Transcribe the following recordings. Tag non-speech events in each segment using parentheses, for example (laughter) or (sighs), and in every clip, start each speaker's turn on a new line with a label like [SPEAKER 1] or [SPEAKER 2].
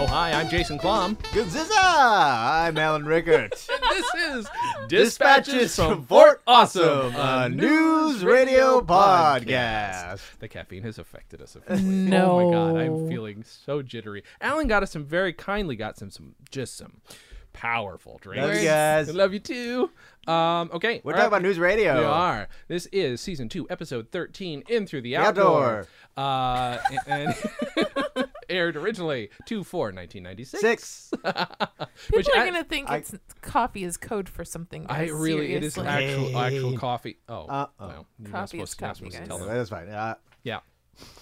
[SPEAKER 1] Oh, hi. I'm Jason Klom. (laughs)
[SPEAKER 2] Gaziza, I'm Alan Rickards.
[SPEAKER 1] This is
[SPEAKER 2] Dispatches from Fort Awesome, a news radio podcast.
[SPEAKER 1] The caffeine has affected us. officially. Oh
[SPEAKER 3] No.
[SPEAKER 1] my god, I'm feeling so jittery. Alan got us some very kindly got some some just some powerful drinks.
[SPEAKER 2] Love you guys.
[SPEAKER 1] I love you too. Um, okay,
[SPEAKER 2] We're
[SPEAKER 1] all
[SPEAKER 2] talking
[SPEAKER 1] right.
[SPEAKER 2] about news radio.
[SPEAKER 1] We are. This is season two, episode thirteen, in through the outdoor.
[SPEAKER 2] outdoor.
[SPEAKER 1] Uh, (laughs) and, (laughs) and aired originally two four nineteen ninety six. (laughs)
[SPEAKER 2] Six.
[SPEAKER 1] Which
[SPEAKER 3] People are
[SPEAKER 1] I-
[SPEAKER 3] gonna think
[SPEAKER 2] I-
[SPEAKER 3] it's coffee is code for something.
[SPEAKER 1] I
[SPEAKER 3] guys,
[SPEAKER 1] really, it is
[SPEAKER 3] seriously.
[SPEAKER 1] actual actual
[SPEAKER 2] Hey.
[SPEAKER 1] coffee. Oh,
[SPEAKER 2] Uh-oh.
[SPEAKER 1] well, you're not
[SPEAKER 3] Coffee is
[SPEAKER 1] supposed, to- you're not
[SPEAKER 3] coffee,
[SPEAKER 1] supposed to
[SPEAKER 3] guys.
[SPEAKER 1] tell them.
[SPEAKER 2] That's fine. Uh,
[SPEAKER 1] Yeah.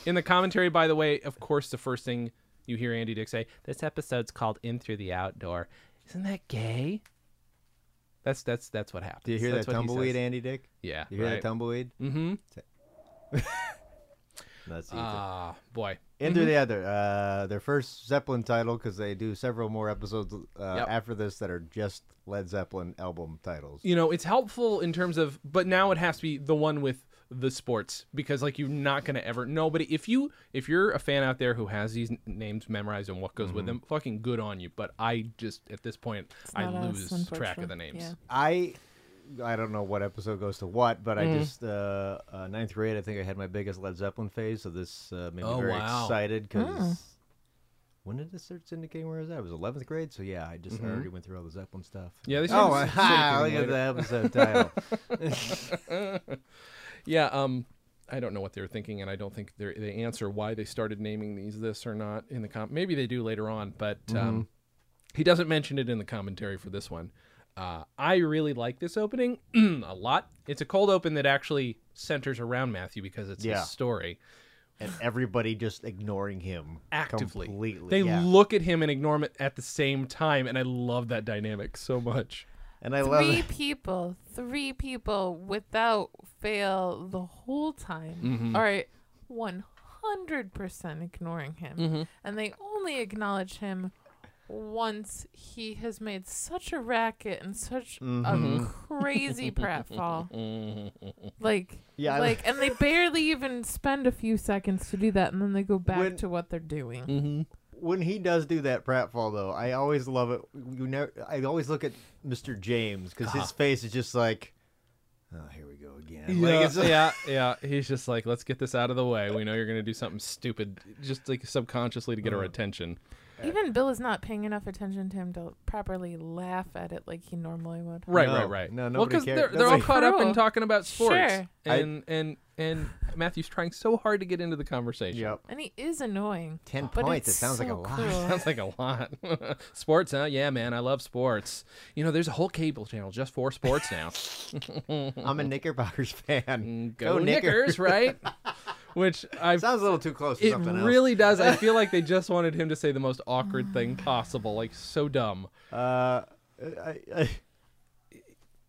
[SPEAKER 1] In the commentary, by the way, of course, the first thing you hear Andy Dick say, "This episode's called In Through the Outdoor." Isn't that gay? That's that's that's what happens.
[SPEAKER 2] do you hear
[SPEAKER 1] that's
[SPEAKER 2] that
[SPEAKER 1] what he
[SPEAKER 2] tumbleweed,
[SPEAKER 1] says.
[SPEAKER 2] Andy Dick?
[SPEAKER 1] Yeah.
[SPEAKER 2] You hear
[SPEAKER 1] right.
[SPEAKER 2] that tumbleweed?
[SPEAKER 1] Mm-hmm.
[SPEAKER 2] Let's see.
[SPEAKER 1] Ah, boy.
[SPEAKER 2] Into the other, uh, their first Zeppelin title because they do several more episodes uh,
[SPEAKER 1] Yep.
[SPEAKER 2] after this that are just Led Zeppelin album titles.
[SPEAKER 1] You know, it's helpful in terms of, but now it has to be the one with the sports because like you're not gonna ever nobody if you if you're a fan out there who has these n- names memorized and what goes with them fucking good on you but i just at this point i
[SPEAKER 3] not us,
[SPEAKER 1] lose track of the
[SPEAKER 3] unfortunately.
[SPEAKER 1] names
[SPEAKER 3] Yeah.
[SPEAKER 2] I I don't know what episode goes to what, but
[SPEAKER 1] Mm-hmm.
[SPEAKER 2] I just uh, uh, ninth grade. I think I had my biggest Led Zeppelin phase, so this uh, made me
[SPEAKER 1] Oh,
[SPEAKER 2] very
[SPEAKER 1] wow. Hmm.
[SPEAKER 2] excited because when did the search syndicate? Where was that? It was eleventh grade, so yeah, I just I already went through all the Zeppelin stuff.
[SPEAKER 1] Mm-hmm. Yeah, they
[SPEAKER 2] oh,
[SPEAKER 1] started
[SPEAKER 2] (laughs) aha, look
[SPEAKER 1] syndicating
[SPEAKER 2] at the
[SPEAKER 1] (laughs)
[SPEAKER 2] episode title.
[SPEAKER 1] Yeah, um, I don't know what they were thinking, and I don't think they're- they answer why they started naming these this or not in the com. Maybe they do later on, but
[SPEAKER 2] Mm-hmm.
[SPEAKER 1] um, he doesn't mention it in the commentary for this one. Uh, I really like this opening (clears throat) a lot. It's a cold open that actually centers around Matthew because it's
[SPEAKER 2] Yeah.
[SPEAKER 1] his story
[SPEAKER 2] and everybody just ignoring him
[SPEAKER 1] actively.
[SPEAKER 2] completely.
[SPEAKER 1] they
[SPEAKER 2] yeah.
[SPEAKER 1] look at him and ignore him at the same time, and I love that dynamic so much.
[SPEAKER 2] and I love
[SPEAKER 3] Three
[SPEAKER 2] it.
[SPEAKER 3] people, three people without fail the whole time.
[SPEAKER 1] Mm-hmm.
[SPEAKER 3] All right, one hundred percent ignoring him,
[SPEAKER 1] Mm-hmm.
[SPEAKER 3] and they only acknowledge him once he has made such a racket and such
[SPEAKER 1] Mm-hmm.
[SPEAKER 3] a
[SPEAKER 1] (laughs)
[SPEAKER 3] crazy pratfall. like
[SPEAKER 2] Yeah, I-
[SPEAKER 3] like and they barely even spend a few seconds to do that and then they go back
[SPEAKER 2] When-
[SPEAKER 3] to what they're doing.
[SPEAKER 2] when he does do that pratfall though, I always love it. You never, I always look at Mr. James because his
[SPEAKER 1] Ah.
[SPEAKER 2] face is just like, oh, here we go again. Like,
[SPEAKER 1] Yeah,
[SPEAKER 2] (laughs)
[SPEAKER 1] (laughs)
[SPEAKER 2] it's like-
[SPEAKER 1] yeah, yeah. He's just like, let's get this out of the way. We know you're gonna do something stupid, just like subconsciously to get our
[SPEAKER 2] Mm.
[SPEAKER 1] attention.
[SPEAKER 3] Even Bill is not paying enough attention to him to properly laugh at it like he normally would.
[SPEAKER 1] Right,
[SPEAKER 2] No,
[SPEAKER 1] right, right.
[SPEAKER 2] no,
[SPEAKER 1] well,
[SPEAKER 2] nobody
[SPEAKER 1] because
[SPEAKER 2] cares.
[SPEAKER 1] they're, they're all
[SPEAKER 2] Nobody-
[SPEAKER 1] caught up in
[SPEAKER 3] Cruel.
[SPEAKER 1] talking about sports,
[SPEAKER 3] Sure.
[SPEAKER 2] I-
[SPEAKER 1] and and and Matthew's trying so hard to get into the conversation.
[SPEAKER 2] Yep.
[SPEAKER 3] And he is annoying.
[SPEAKER 2] 10
[SPEAKER 3] but
[SPEAKER 2] points,
[SPEAKER 3] it's
[SPEAKER 2] it sounds like a
[SPEAKER 3] so
[SPEAKER 2] (laughs) lot.
[SPEAKER 1] (laughs)
[SPEAKER 3] cool.
[SPEAKER 1] Sounds like a lot. (laughs) sports, huh? Yeah, man, I love sports. You know, there's a whole cable channel just for sports
[SPEAKER 2] (laughs)
[SPEAKER 1] now.
[SPEAKER 2] I'm a Knickerbockers (laughs) fan.
[SPEAKER 1] Mm, Go Knickers,
[SPEAKER 2] (laughs)
[SPEAKER 1] right? Which I've
[SPEAKER 2] Sounds a little too close to
[SPEAKER 1] It
[SPEAKER 2] something
[SPEAKER 1] really does. I feel
[SPEAKER 2] (laughs)
[SPEAKER 1] like they just wanted him to say the most awkward thing possible, like so dumb.
[SPEAKER 2] else. Uh, I, I, (laughs)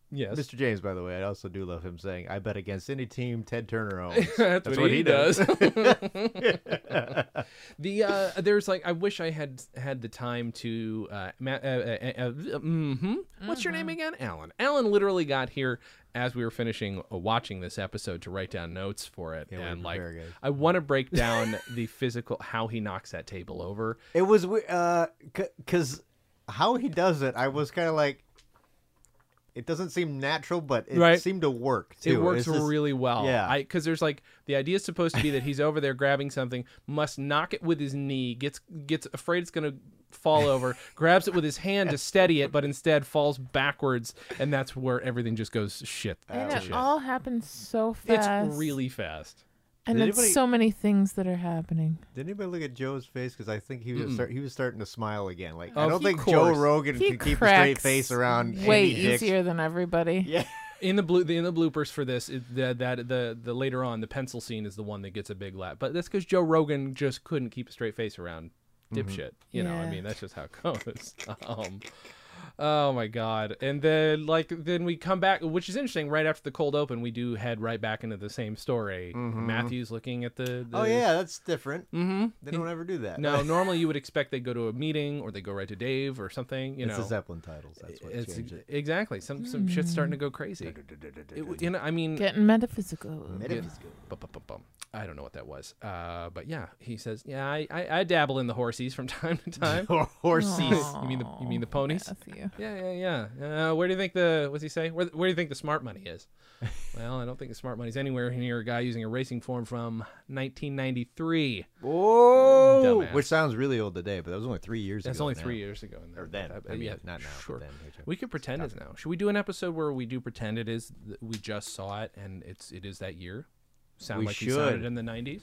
[SPEAKER 1] Yes,
[SPEAKER 2] Mr. James, by the way, I also do love him saying, "I bet against any team Ted
[SPEAKER 1] (laughs)
[SPEAKER 2] Turner owns."
[SPEAKER 1] That's, what, he, does.
[SPEAKER 2] does.
[SPEAKER 1] (laughs) the uh, there's like I wish I had had the time to uh, ma- uh, uh, uh, mm-hmm. What's your name again? Alan. Alan literally got here as we were finishing uh, watching this episode to write down notes for it,
[SPEAKER 2] we
[SPEAKER 1] and like
[SPEAKER 2] prepare, guys.
[SPEAKER 1] I want to break down the physical how he knocks that table over.
[SPEAKER 2] It was we- uh, because how he does it, I was kind of like, it doesn't seem natural, but it
[SPEAKER 1] Right.
[SPEAKER 2] seemed to work. Too.
[SPEAKER 1] It works
[SPEAKER 2] It's just-
[SPEAKER 1] really well.
[SPEAKER 2] yeah.
[SPEAKER 1] Because there's like the idea is supposed to be that he's over there grabbing something, must knock it with his knee, gets gets afraid it's gonna fall over,
[SPEAKER 2] (laughs)
[SPEAKER 1] grabs it with his hand to steady it, but instead falls backwards, and that's where everything just goes shit.
[SPEAKER 3] And
[SPEAKER 1] to
[SPEAKER 3] it
[SPEAKER 1] shit.
[SPEAKER 3] all happens so fast.
[SPEAKER 1] It's really fast.
[SPEAKER 3] and
[SPEAKER 2] Did
[SPEAKER 3] it's
[SPEAKER 2] anybody-
[SPEAKER 3] so many things that are happening.
[SPEAKER 2] Did anybody look at Joe's face? Because I think he was start, he was starting to smile again. Like I
[SPEAKER 1] Oh, Of
[SPEAKER 2] don't think Joe
[SPEAKER 1] course.
[SPEAKER 2] Rogan
[SPEAKER 3] He
[SPEAKER 2] can keep a straight
[SPEAKER 3] cracks
[SPEAKER 2] face around
[SPEAKER 3] way
[SPEAKER 2] Andy Dick.
[SPEAKER 3] easier than everybody.
[SPEAKER 2] (laughs) Yeah,
[SPEAKER 1] in the blue in the bloopers for this it, the, that the the later on the pencil scene is the one that gets a big laugh but that's because joe rogan just couldn't keep a straight face around
[SPEAKER 2] Mm-hmm.
[SPEAKER 1] dipshit you know i
[SPEAKER 3] Yeah.
[SPEAKER 1] mean that's just how it (laughs) goes um oh my god and then like then we come back which is interesting right after the cold open we do head right back into the same story matthew's looking at the, the
[SPEAKER 2] Mm-hmm. Oh yeah, that's different.
[SPEAKER 1] mm-hmm.
[SPEAKER 2] They don't ever do that. (laughs)
[SPEAKER 1] no normally you would expect they go to a meeting or they go right to dave or something you
[SPEAKER 2] it's
[SPEAKER 1] know
[SPEAKER 2] the Zeppelin titles. That's what
[SPEAKER 1] it's
[SPEAKER 2] changed it.
[SPEAKER 1] exactly some some shit's starting to go crazy it, w- you know, I mean,
[SPEAKER 3] Getting metaphysical.
[SPEAKER 2] Metaphysical.
[SPEAKER 1] bum, bum, bum, bum. I don't know what that was. Uh, but yeah, he says, yeah, I, I, I dabble in the horsies from (laughs) time to time.
[SPEAKER 2] Or (laughs) horses.
[SPEAKER 1] Horsies. You mean the you mean the
[SPEAKER 3] Aw,
[SPEAKER 1] ponies?
[SPEAKER 3] Matthew.
[SPEAKER 1] Yeah, yeah, yeah. Uh, where do you think the what's he say? Where, where do you think the smart money
[SPEAKER 2] (laughs)
[SPEAKER 1] is? well, I don't think the smart money's anywhere near a guy using a racing form from 1993.
[SPEAKER 2] Whoa!
[SPEAKER 3] Oh.
[SPEAKER 1] Dumbass.
[SPEAKER 3] (laughs)
[SPEAKER 2] Which sounds really old today, but that was only three years
[SPEAKER 1] That's
[SPEAKER 2] ago.
[SPEAKER 1] only
[SPEAKER 2] now.
[SPEAKER 1] three years ago. in there.
[SPEAKER 2] Or then.
[SPEAKER 1] Uh,
[SPEAKER 2] I mean, not now, but then.
[SPEAKER 1] We could pretend it's now. Should we do an episode where we do pretend it is th- we just saw it and it's it is that year? Sound
[SPEAKER 2] We
[SPEAKER 1] like we
[SPEAKER 2] should.
[SPEAKER 1] sounded in the 90s?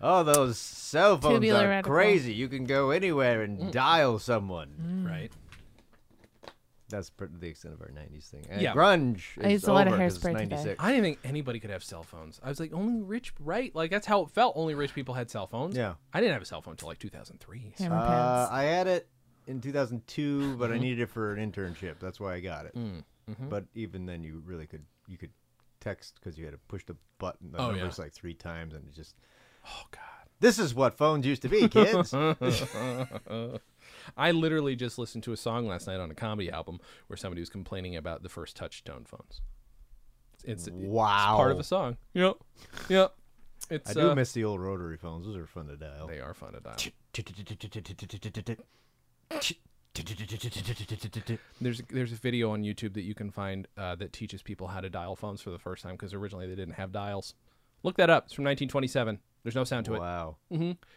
[SPEAKER 2] Oh, those cell phones
[SPEAKER 3] Tubular
[SPEAKER 2] are
[SPEAKER 3] reticle.
[SPEAKER 2] crazy. You can go anywhere and dial someone.
[SPEAKER 3] Mm-hmm.
[SPEAKER 1] Right.
[SPEAKER 2] That's pretty the extent of our '90s thing.
[SPEAKER 1] Yeah.
[SPEAKER 2] yeah. grunge. Is
[SPEAKER 3] I used a lot of
[SPEAKER 2] over 'cause it's
[SPEAKER 3] hairspray today.
[SPEAKER 2] 96.
[SPEAKER 1] I didn't think anybody could have cell phones. I was like, only rich, right? Like that's how it felt. Only rich people had cell phones.
[SPEAKER 2] Yeah.
[SPEAKER 1] I didn't have a cell phone until like 2003.
[SPEAKER 3] Hammer
[SPEAKER 2] Uh,
[SPEAKER 3] pants. Mm-hmm.
[SPEAKER 2] I had it in 2002, but I needed it for an internship. That's why I got it.
[SPEAKER 1] Mm, mm-hmm.
[SPEAKER 2] But even then, you really could you could text because you had to push the button. The
[SPEAKER 1] Oh,
[SPEAKER 2] numbers
[SPEAKER 1] yeah.
[SPEAKER 2] like three times, and it just.
[SPEAKER 1] Oh god.
[SPEAKER 2] This is what phones used to be,
[SPEAKER 1] (laughs)
[SPEAKER 2] kids.
[SPEAKER 1] I literally just listened to a song last night on a comedy album where somebody was complaining about the first touch tone phones. It's, it's
[SPEAKER 2] wow.
[SPEAKER 1] part of a song. Yep. Yep. It's
[SPEAKER 2] I do
[SPEAKER 1] uh,
[SPEAKER 2] miss the old rotary phones. Those are fun to dial.
[SPEAKER 1] they are fun to dial. There's there's a video on YouTube that you can find uh, that teaches people how to dial phones for the first time because originally they didn't have dials. Look that up. It's from 1927. There's no sound to it,
[SPEAKER 2] Wow.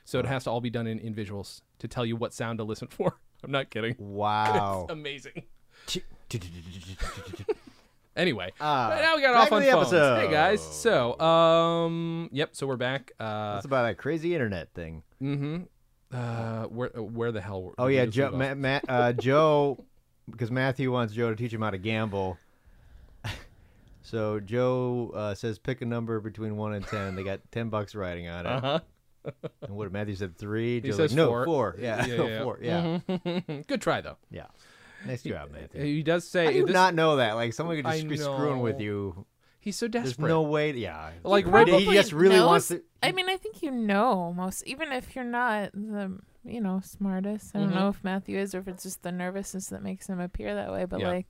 [SPEAKER 1] so it has to all be done in, in visuals to tell you what sound to listen (laughs) for. I'm not kidding. (laughs)
[SPEAKER 2] Wow.
[SPEAKER 1] Amazing. Anyway,
[SPEAKER 2] Ah,
[SPEAKER 1] but now we got
[SPEAKER 2] back
[SPEAKER 1] off
[SPEAKER 2] to
[SPEAKER 1] on
[SPEAKER 2] the
[SPEAKER 1] phones. Hey
[SPEAKER 2] episode.
[SPEAKER 1] guys. So, um, yep. So we're back. Uh,
[SPEAKER 2] That's about that crazy internet thing.
[SPEAKER 1] uh, where where the hell? Were,
[SPEAKER 2] Oh
[SPEAKER 1] did we
[SPEAKER 2] yeah,
[SPEAKER 1] just
[SPEAKER 2] Joe.
[SPEAKER 1] leave off?
[SPEAKER 2] Ma- Ma- uh, Joe, because Matthew wants Joe to teach him how to gamble. (laughs) So Joe uh, says pick a number between one and ten. They got ten bucks writing on it.
[SPEAKER 1] Uh-huh.
[SPEAKER 2] And what Matthew said three. Joe's
[SPEAKER 1] says
[SPEAKER 2] like, no
[SPEAKER 1] four.
[SPEAKER 2] four. Yeah,
[SPEAKER 1] Yeah,
[SPEAKER 2] no,
[SPEAKER 1] yeah.
[SPEAKER 2] (laughs)
[SPEAKER 1] Mm-hmm.
[SPEAKER 2] four. Yeah,
[SPEAKER 1] Hmm, Good try though.
[SPEAKER 2] yeah. Nice job, Matthew.
[SPEAKER 1] He does say
[SPEAKER 2] I do
[SPEAKER 1] this-
[SPEAKER 2] not know that. Like someone could
[SPEAKER 1] I
[SPEAKER 2] just be screwing with
[SPEAKER 1] know.
[SPEAKER 2] you.
[SPEAKER 1] He's so
[SPEAKER 2] There's
[SPEAKER 1] desperate.
[SPEAKER 2] no way. To, yeah.
[SPEAKER 1] Like,
[SPEAKER 2] he,
[SPEAKER 1] right-
[SPEAKER 2] he just really wants
[SPEAKER 3] knows-
[SPEAKER 2] to.
[SPEAKER 3] I mean, I think you know most, even if you're not the you know smartest. I don't
[SPEAKER 1] Mm-hmm.
[SPEAKER 3] know if Matthew is, or if it's just the nervousness that makes him appear that way. But
[SPEAKER 1] Yeah.
[SPEAKER 3] like,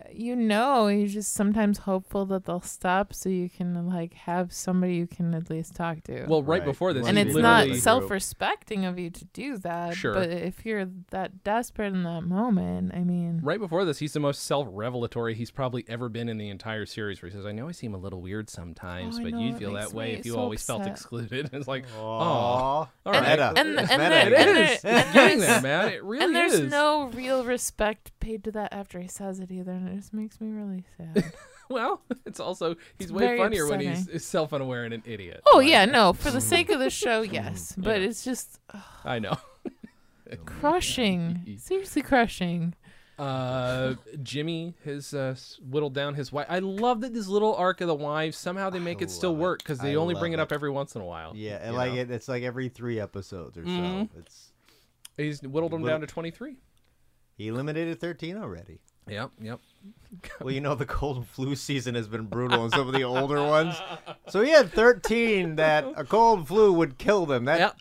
[SPEAKER 3] uh, you know, you're just sometimes hopeful that they'll stop, so you can like have somebody you can at least talk to.
[SPEAKER 1] Well, right,
[SPEAKER 2] Right.
[SPEAKER 1] before this,
[SPEAKER 3] and
[SPEAKER 1] he
[SPEAKER 3] it's
[SPEAKER 1] literally-
[SPEAKER 3] not
[SPEAKER 2] group.
[SPEAKER 3] self-respecting of you to do that.
[SPEAKER 1] Sure.
[SPEAKER 3] But if you're that desperate in that moment, I mean,
[SPEAKER 1] Right before this, he's the most self-revelatory he's probably ever been in the entire series. Where he says, "I know I seem a little weird sometimes,
[SPEAKER 3] Oh, I
[SPEAKER 1] but
[SPEAKER 3] know,
[SPEAKER 1] you'd
[SPEAKER 3] it
[SPEAKER 1] feel
[SPEAKER 3] makes
[SPEAKER 1] that way
[SPEAKER 3] me
[SPEAKER 1] if you
[SPEAKER 3] so
[SPEAKER 1] always felt
[SPEAKER 3] upset."
[SPEAKER 1] excluded." (laughs) It's like, oh,
[SPEAKER 2] Aw.
[SPEAKER 1] all
[SPEAKER 3] And-
[SPEAKER 1] right,
[SPEAKER 2] Meta.
[SPEAKER 3] and-
[SPEAKER 2] It's
[SPEAKER 3] and
[SPEAKER 2] meta.
[SPEAKER 3] the-
[SPEAKER 1] it
[SPEAKER 3] and
[SPEAKER 2] again.
[SPEAKER 1] is.
[SPEAKER 3] there-
[SPEAKER 1] It's getting there, man. It really
[SPEAKER 3] (laughs) and there's
[SPEAKER 1] is.
[SPEAKER 3] no real respect paid to that after he says it either, and it just makes me really sad.
[SPEAKER 1] Well, (laughs) it's also he's
[SPEAKER 3] It's
[SPEAKER 1] way
[SPEAKER 3] very
[SPEAKER 1] funnier when he's
[SPEAKER 3] upsetting.
[SPEAKER 1] is self-unaware and an idiot.
[SPEAKER 3] (laughs) oh yeah, no, for the
[SPEAKER 1] (laughs)
[SPEAKER 3] sake of the show, yes, but it's just
[SPEAKER 1] I know.
[SPEAKER 3] crushing, seriously crushing.
[SPEAKER 1] Uh, Jimmy has uh, s- whittled down his wife. I love that this little arc of the wives somehow they make it still
[SPEAKER 2] love it.
[SPEAKER 1] work because they
[SPEAKER 2] I
[SPEAKER 1] only
[SPEAKER 2] love
[SPEAKER 1] bring it up
[SPEAKER 2] it.
[SPEAKER 1] every once in a while.
[SPEAKER 2] Yeah,
[SPEAKER 1] you
[SPEAKER 2] and like
[SPEAKER 1] know?
[SPEAKER 2] it, it's like every three episodes or so. It's
[SPEAKER 1] he's whittled him
[SPEAKER 2] Whitt-
[SPEAKER 1] down to twenty-three.
[SPEAKER 2] he eliminated thirteen already.
[SPEAKER 1] Yep, yep.
[SPEAKER 2] Well, you know the cold and flu season has been brutal in some of the older ones. So he had 13 that a cold and flu would kill them. That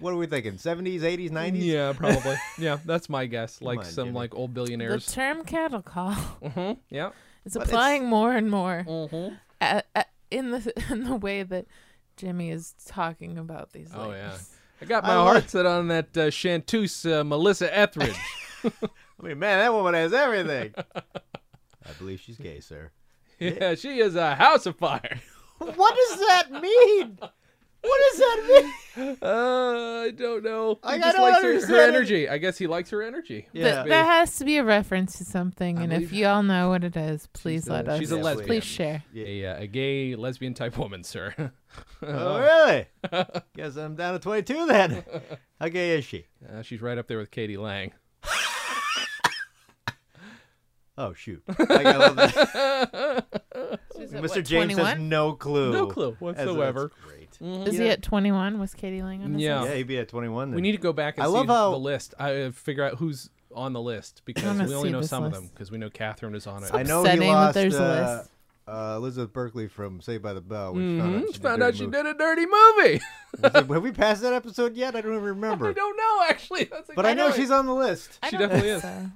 [SPEAKER 2] what are we thinking? 70s, 80s, 90s?
[SPEAKER 1] Yeah, probably. (laughs) yeah, that's my guess. Like
[SPEAKER 2] on,
[SPEAKER 1] some
[SPEAKER 2] Jimmy.
[SPEAKER 1] like old
[SPEAKER 3] The
[SPEAKER 1] billionaires.
[SPEAKER 3] term cattle call (laughs)
[SPEAKER 1] Mhm, Yeah.
[SPEAKER 3] is
[SPEAKER 2] it's-
[SPEAKER 3] applying more and more
[SPEAKER 1] Mm-hmm.
[SPEAKER 3] a- a- in the (laughs) in the way that Jimmy is talking about these.
[SPEAKER 1] Oh,
[SPEAKER 3] ladies.
[SPEAKER 1] yeah. I got my
[SPEAKER 2] I love-
[SPEAKER 1] heart set on that uh, chanteuse uh, Melissa
[SPEAKER 2] (laughs)
[SPEAKER 1] Etheridge.
[SPEAKER 2] I mean, man, that woman has everything. I believe she's gay, sir.
[SPEAKER 1] (laughs) yeah, she is a house of fire.
[SPEAKER 2] What does that mean? What does that mean?
[SPEAKER 1] Uh, I don't know. He
[SPEAKER 2] I- I
[SPEAKER 1] just
[SPEAKER 2] don't
[SPEAKER 1] likes her, her
[SPEAKER 2] understand it.
[SPEAKER 1] energy. I guess he likes her energy.
[SPEAKER 3] Th-
[SPEAKER 2] Yeah.
[SPEAKER 3] there has to be a reference to something,
[SPEAKER 1] I
[SPEAKER 3] and
[SPEAKER 1] believe-
[SPEAKER 3] if you all know what it is, please
[SPEAKER 1] a-
[SPEAKER 3] let us.
[SPEAKER 1] she's a
[SPEAKER 3] know.
[SPEAKER 1] lesbian.
[SPEAKER 3] Please share.
[SPEAKER 1] A, uh, a gay lesbian type woman, sir. (laughs) Uh,
[SPEAKER 2] Oh, really? Guess I'm down to
[SPEAKER 1] (laughs)
[SPEAKER 2] 22 then. How gay is she?
[SPEAKER 1] Uh, she's right up there with Katie Lang. (laughs)
[SPEAKER 2] Oh shoot! Like, I love that.
[SPEAKER 3] She's at,
[SPEAKER 2] Mr.
[SPEAKER 3] what,
[SPEAKER 2] James
[SPEAKER 3] 21?
[SPEAKER 2] has no clue.
[SPEAKER 1] No clue
[SPEAKER 2] That's- that's
[SPEAKER 1] whatsoever.
[SPEAKER 2] great.
[SPEAKER 3] Is he at 21? Was Katie Lang on his
[SPEAKER 1] Yeah.
[SPEAKER 3] list?
[SPEAKER 2] Yeah, he'd be at 21. Then.
[SPEAKER 1] We need to go back and
[SPEAKER 2] I
[SPEAKER 1] see
[SPEAKER 2] love
[SPEAKER 1] the
[SPEAKER 2] how-
[SPEAKER 1] list. I uh, figure out who's on the list because
[SPEAKER 3] wanna
[SPEAKER 1] we only
[SPEAKER 3] see
[SPEAKER 1] know
[SPEAKER 3] this
[SPEAKER 1] some of
[SPEAKER 3] list.
[SPEAKER 1] them because we know Catherine is on it. (laughs)
[SPEAKER 2] I know
[SPEAKER 3] upsetting
[SPEAKER 2] he
[SPEAKER 3] that
[SPEAKER 2] lost
[SPEAKER 3] there's a
[SPEAKER 2] uh,
[SPEAKER 3] list.
[SPEAKER 2] uh, Elizabeth Berkley from Saved by the Bell. Which found
[SPEAKER 1] Mhm,
[SPEAKER 2] out
[SPEAKER 1] She
[SPEAKER 2] she
[SPEAKER 1] found
[SPEAKER 2] did
[SPEAKER 1] out she did a dirty movie. (laughs)
[SPEAKER 2] did. Have we passed that episode yet? I don't even remember.
[SPEAKER 1] I don't know actually. (laughs) That's
[SPEAKER 2] but I, know,
[SPEAKER 1] it.
[SPEAKER 2] she's on the list.
[SPEAKER 3] I
[SPEAKER 1] She
[SPEAKER 3] don't
[SPEAKER 1] definitely
[SPEAKER 3] think
[SPEAKER 1] is.
[SPEAKER 3] So.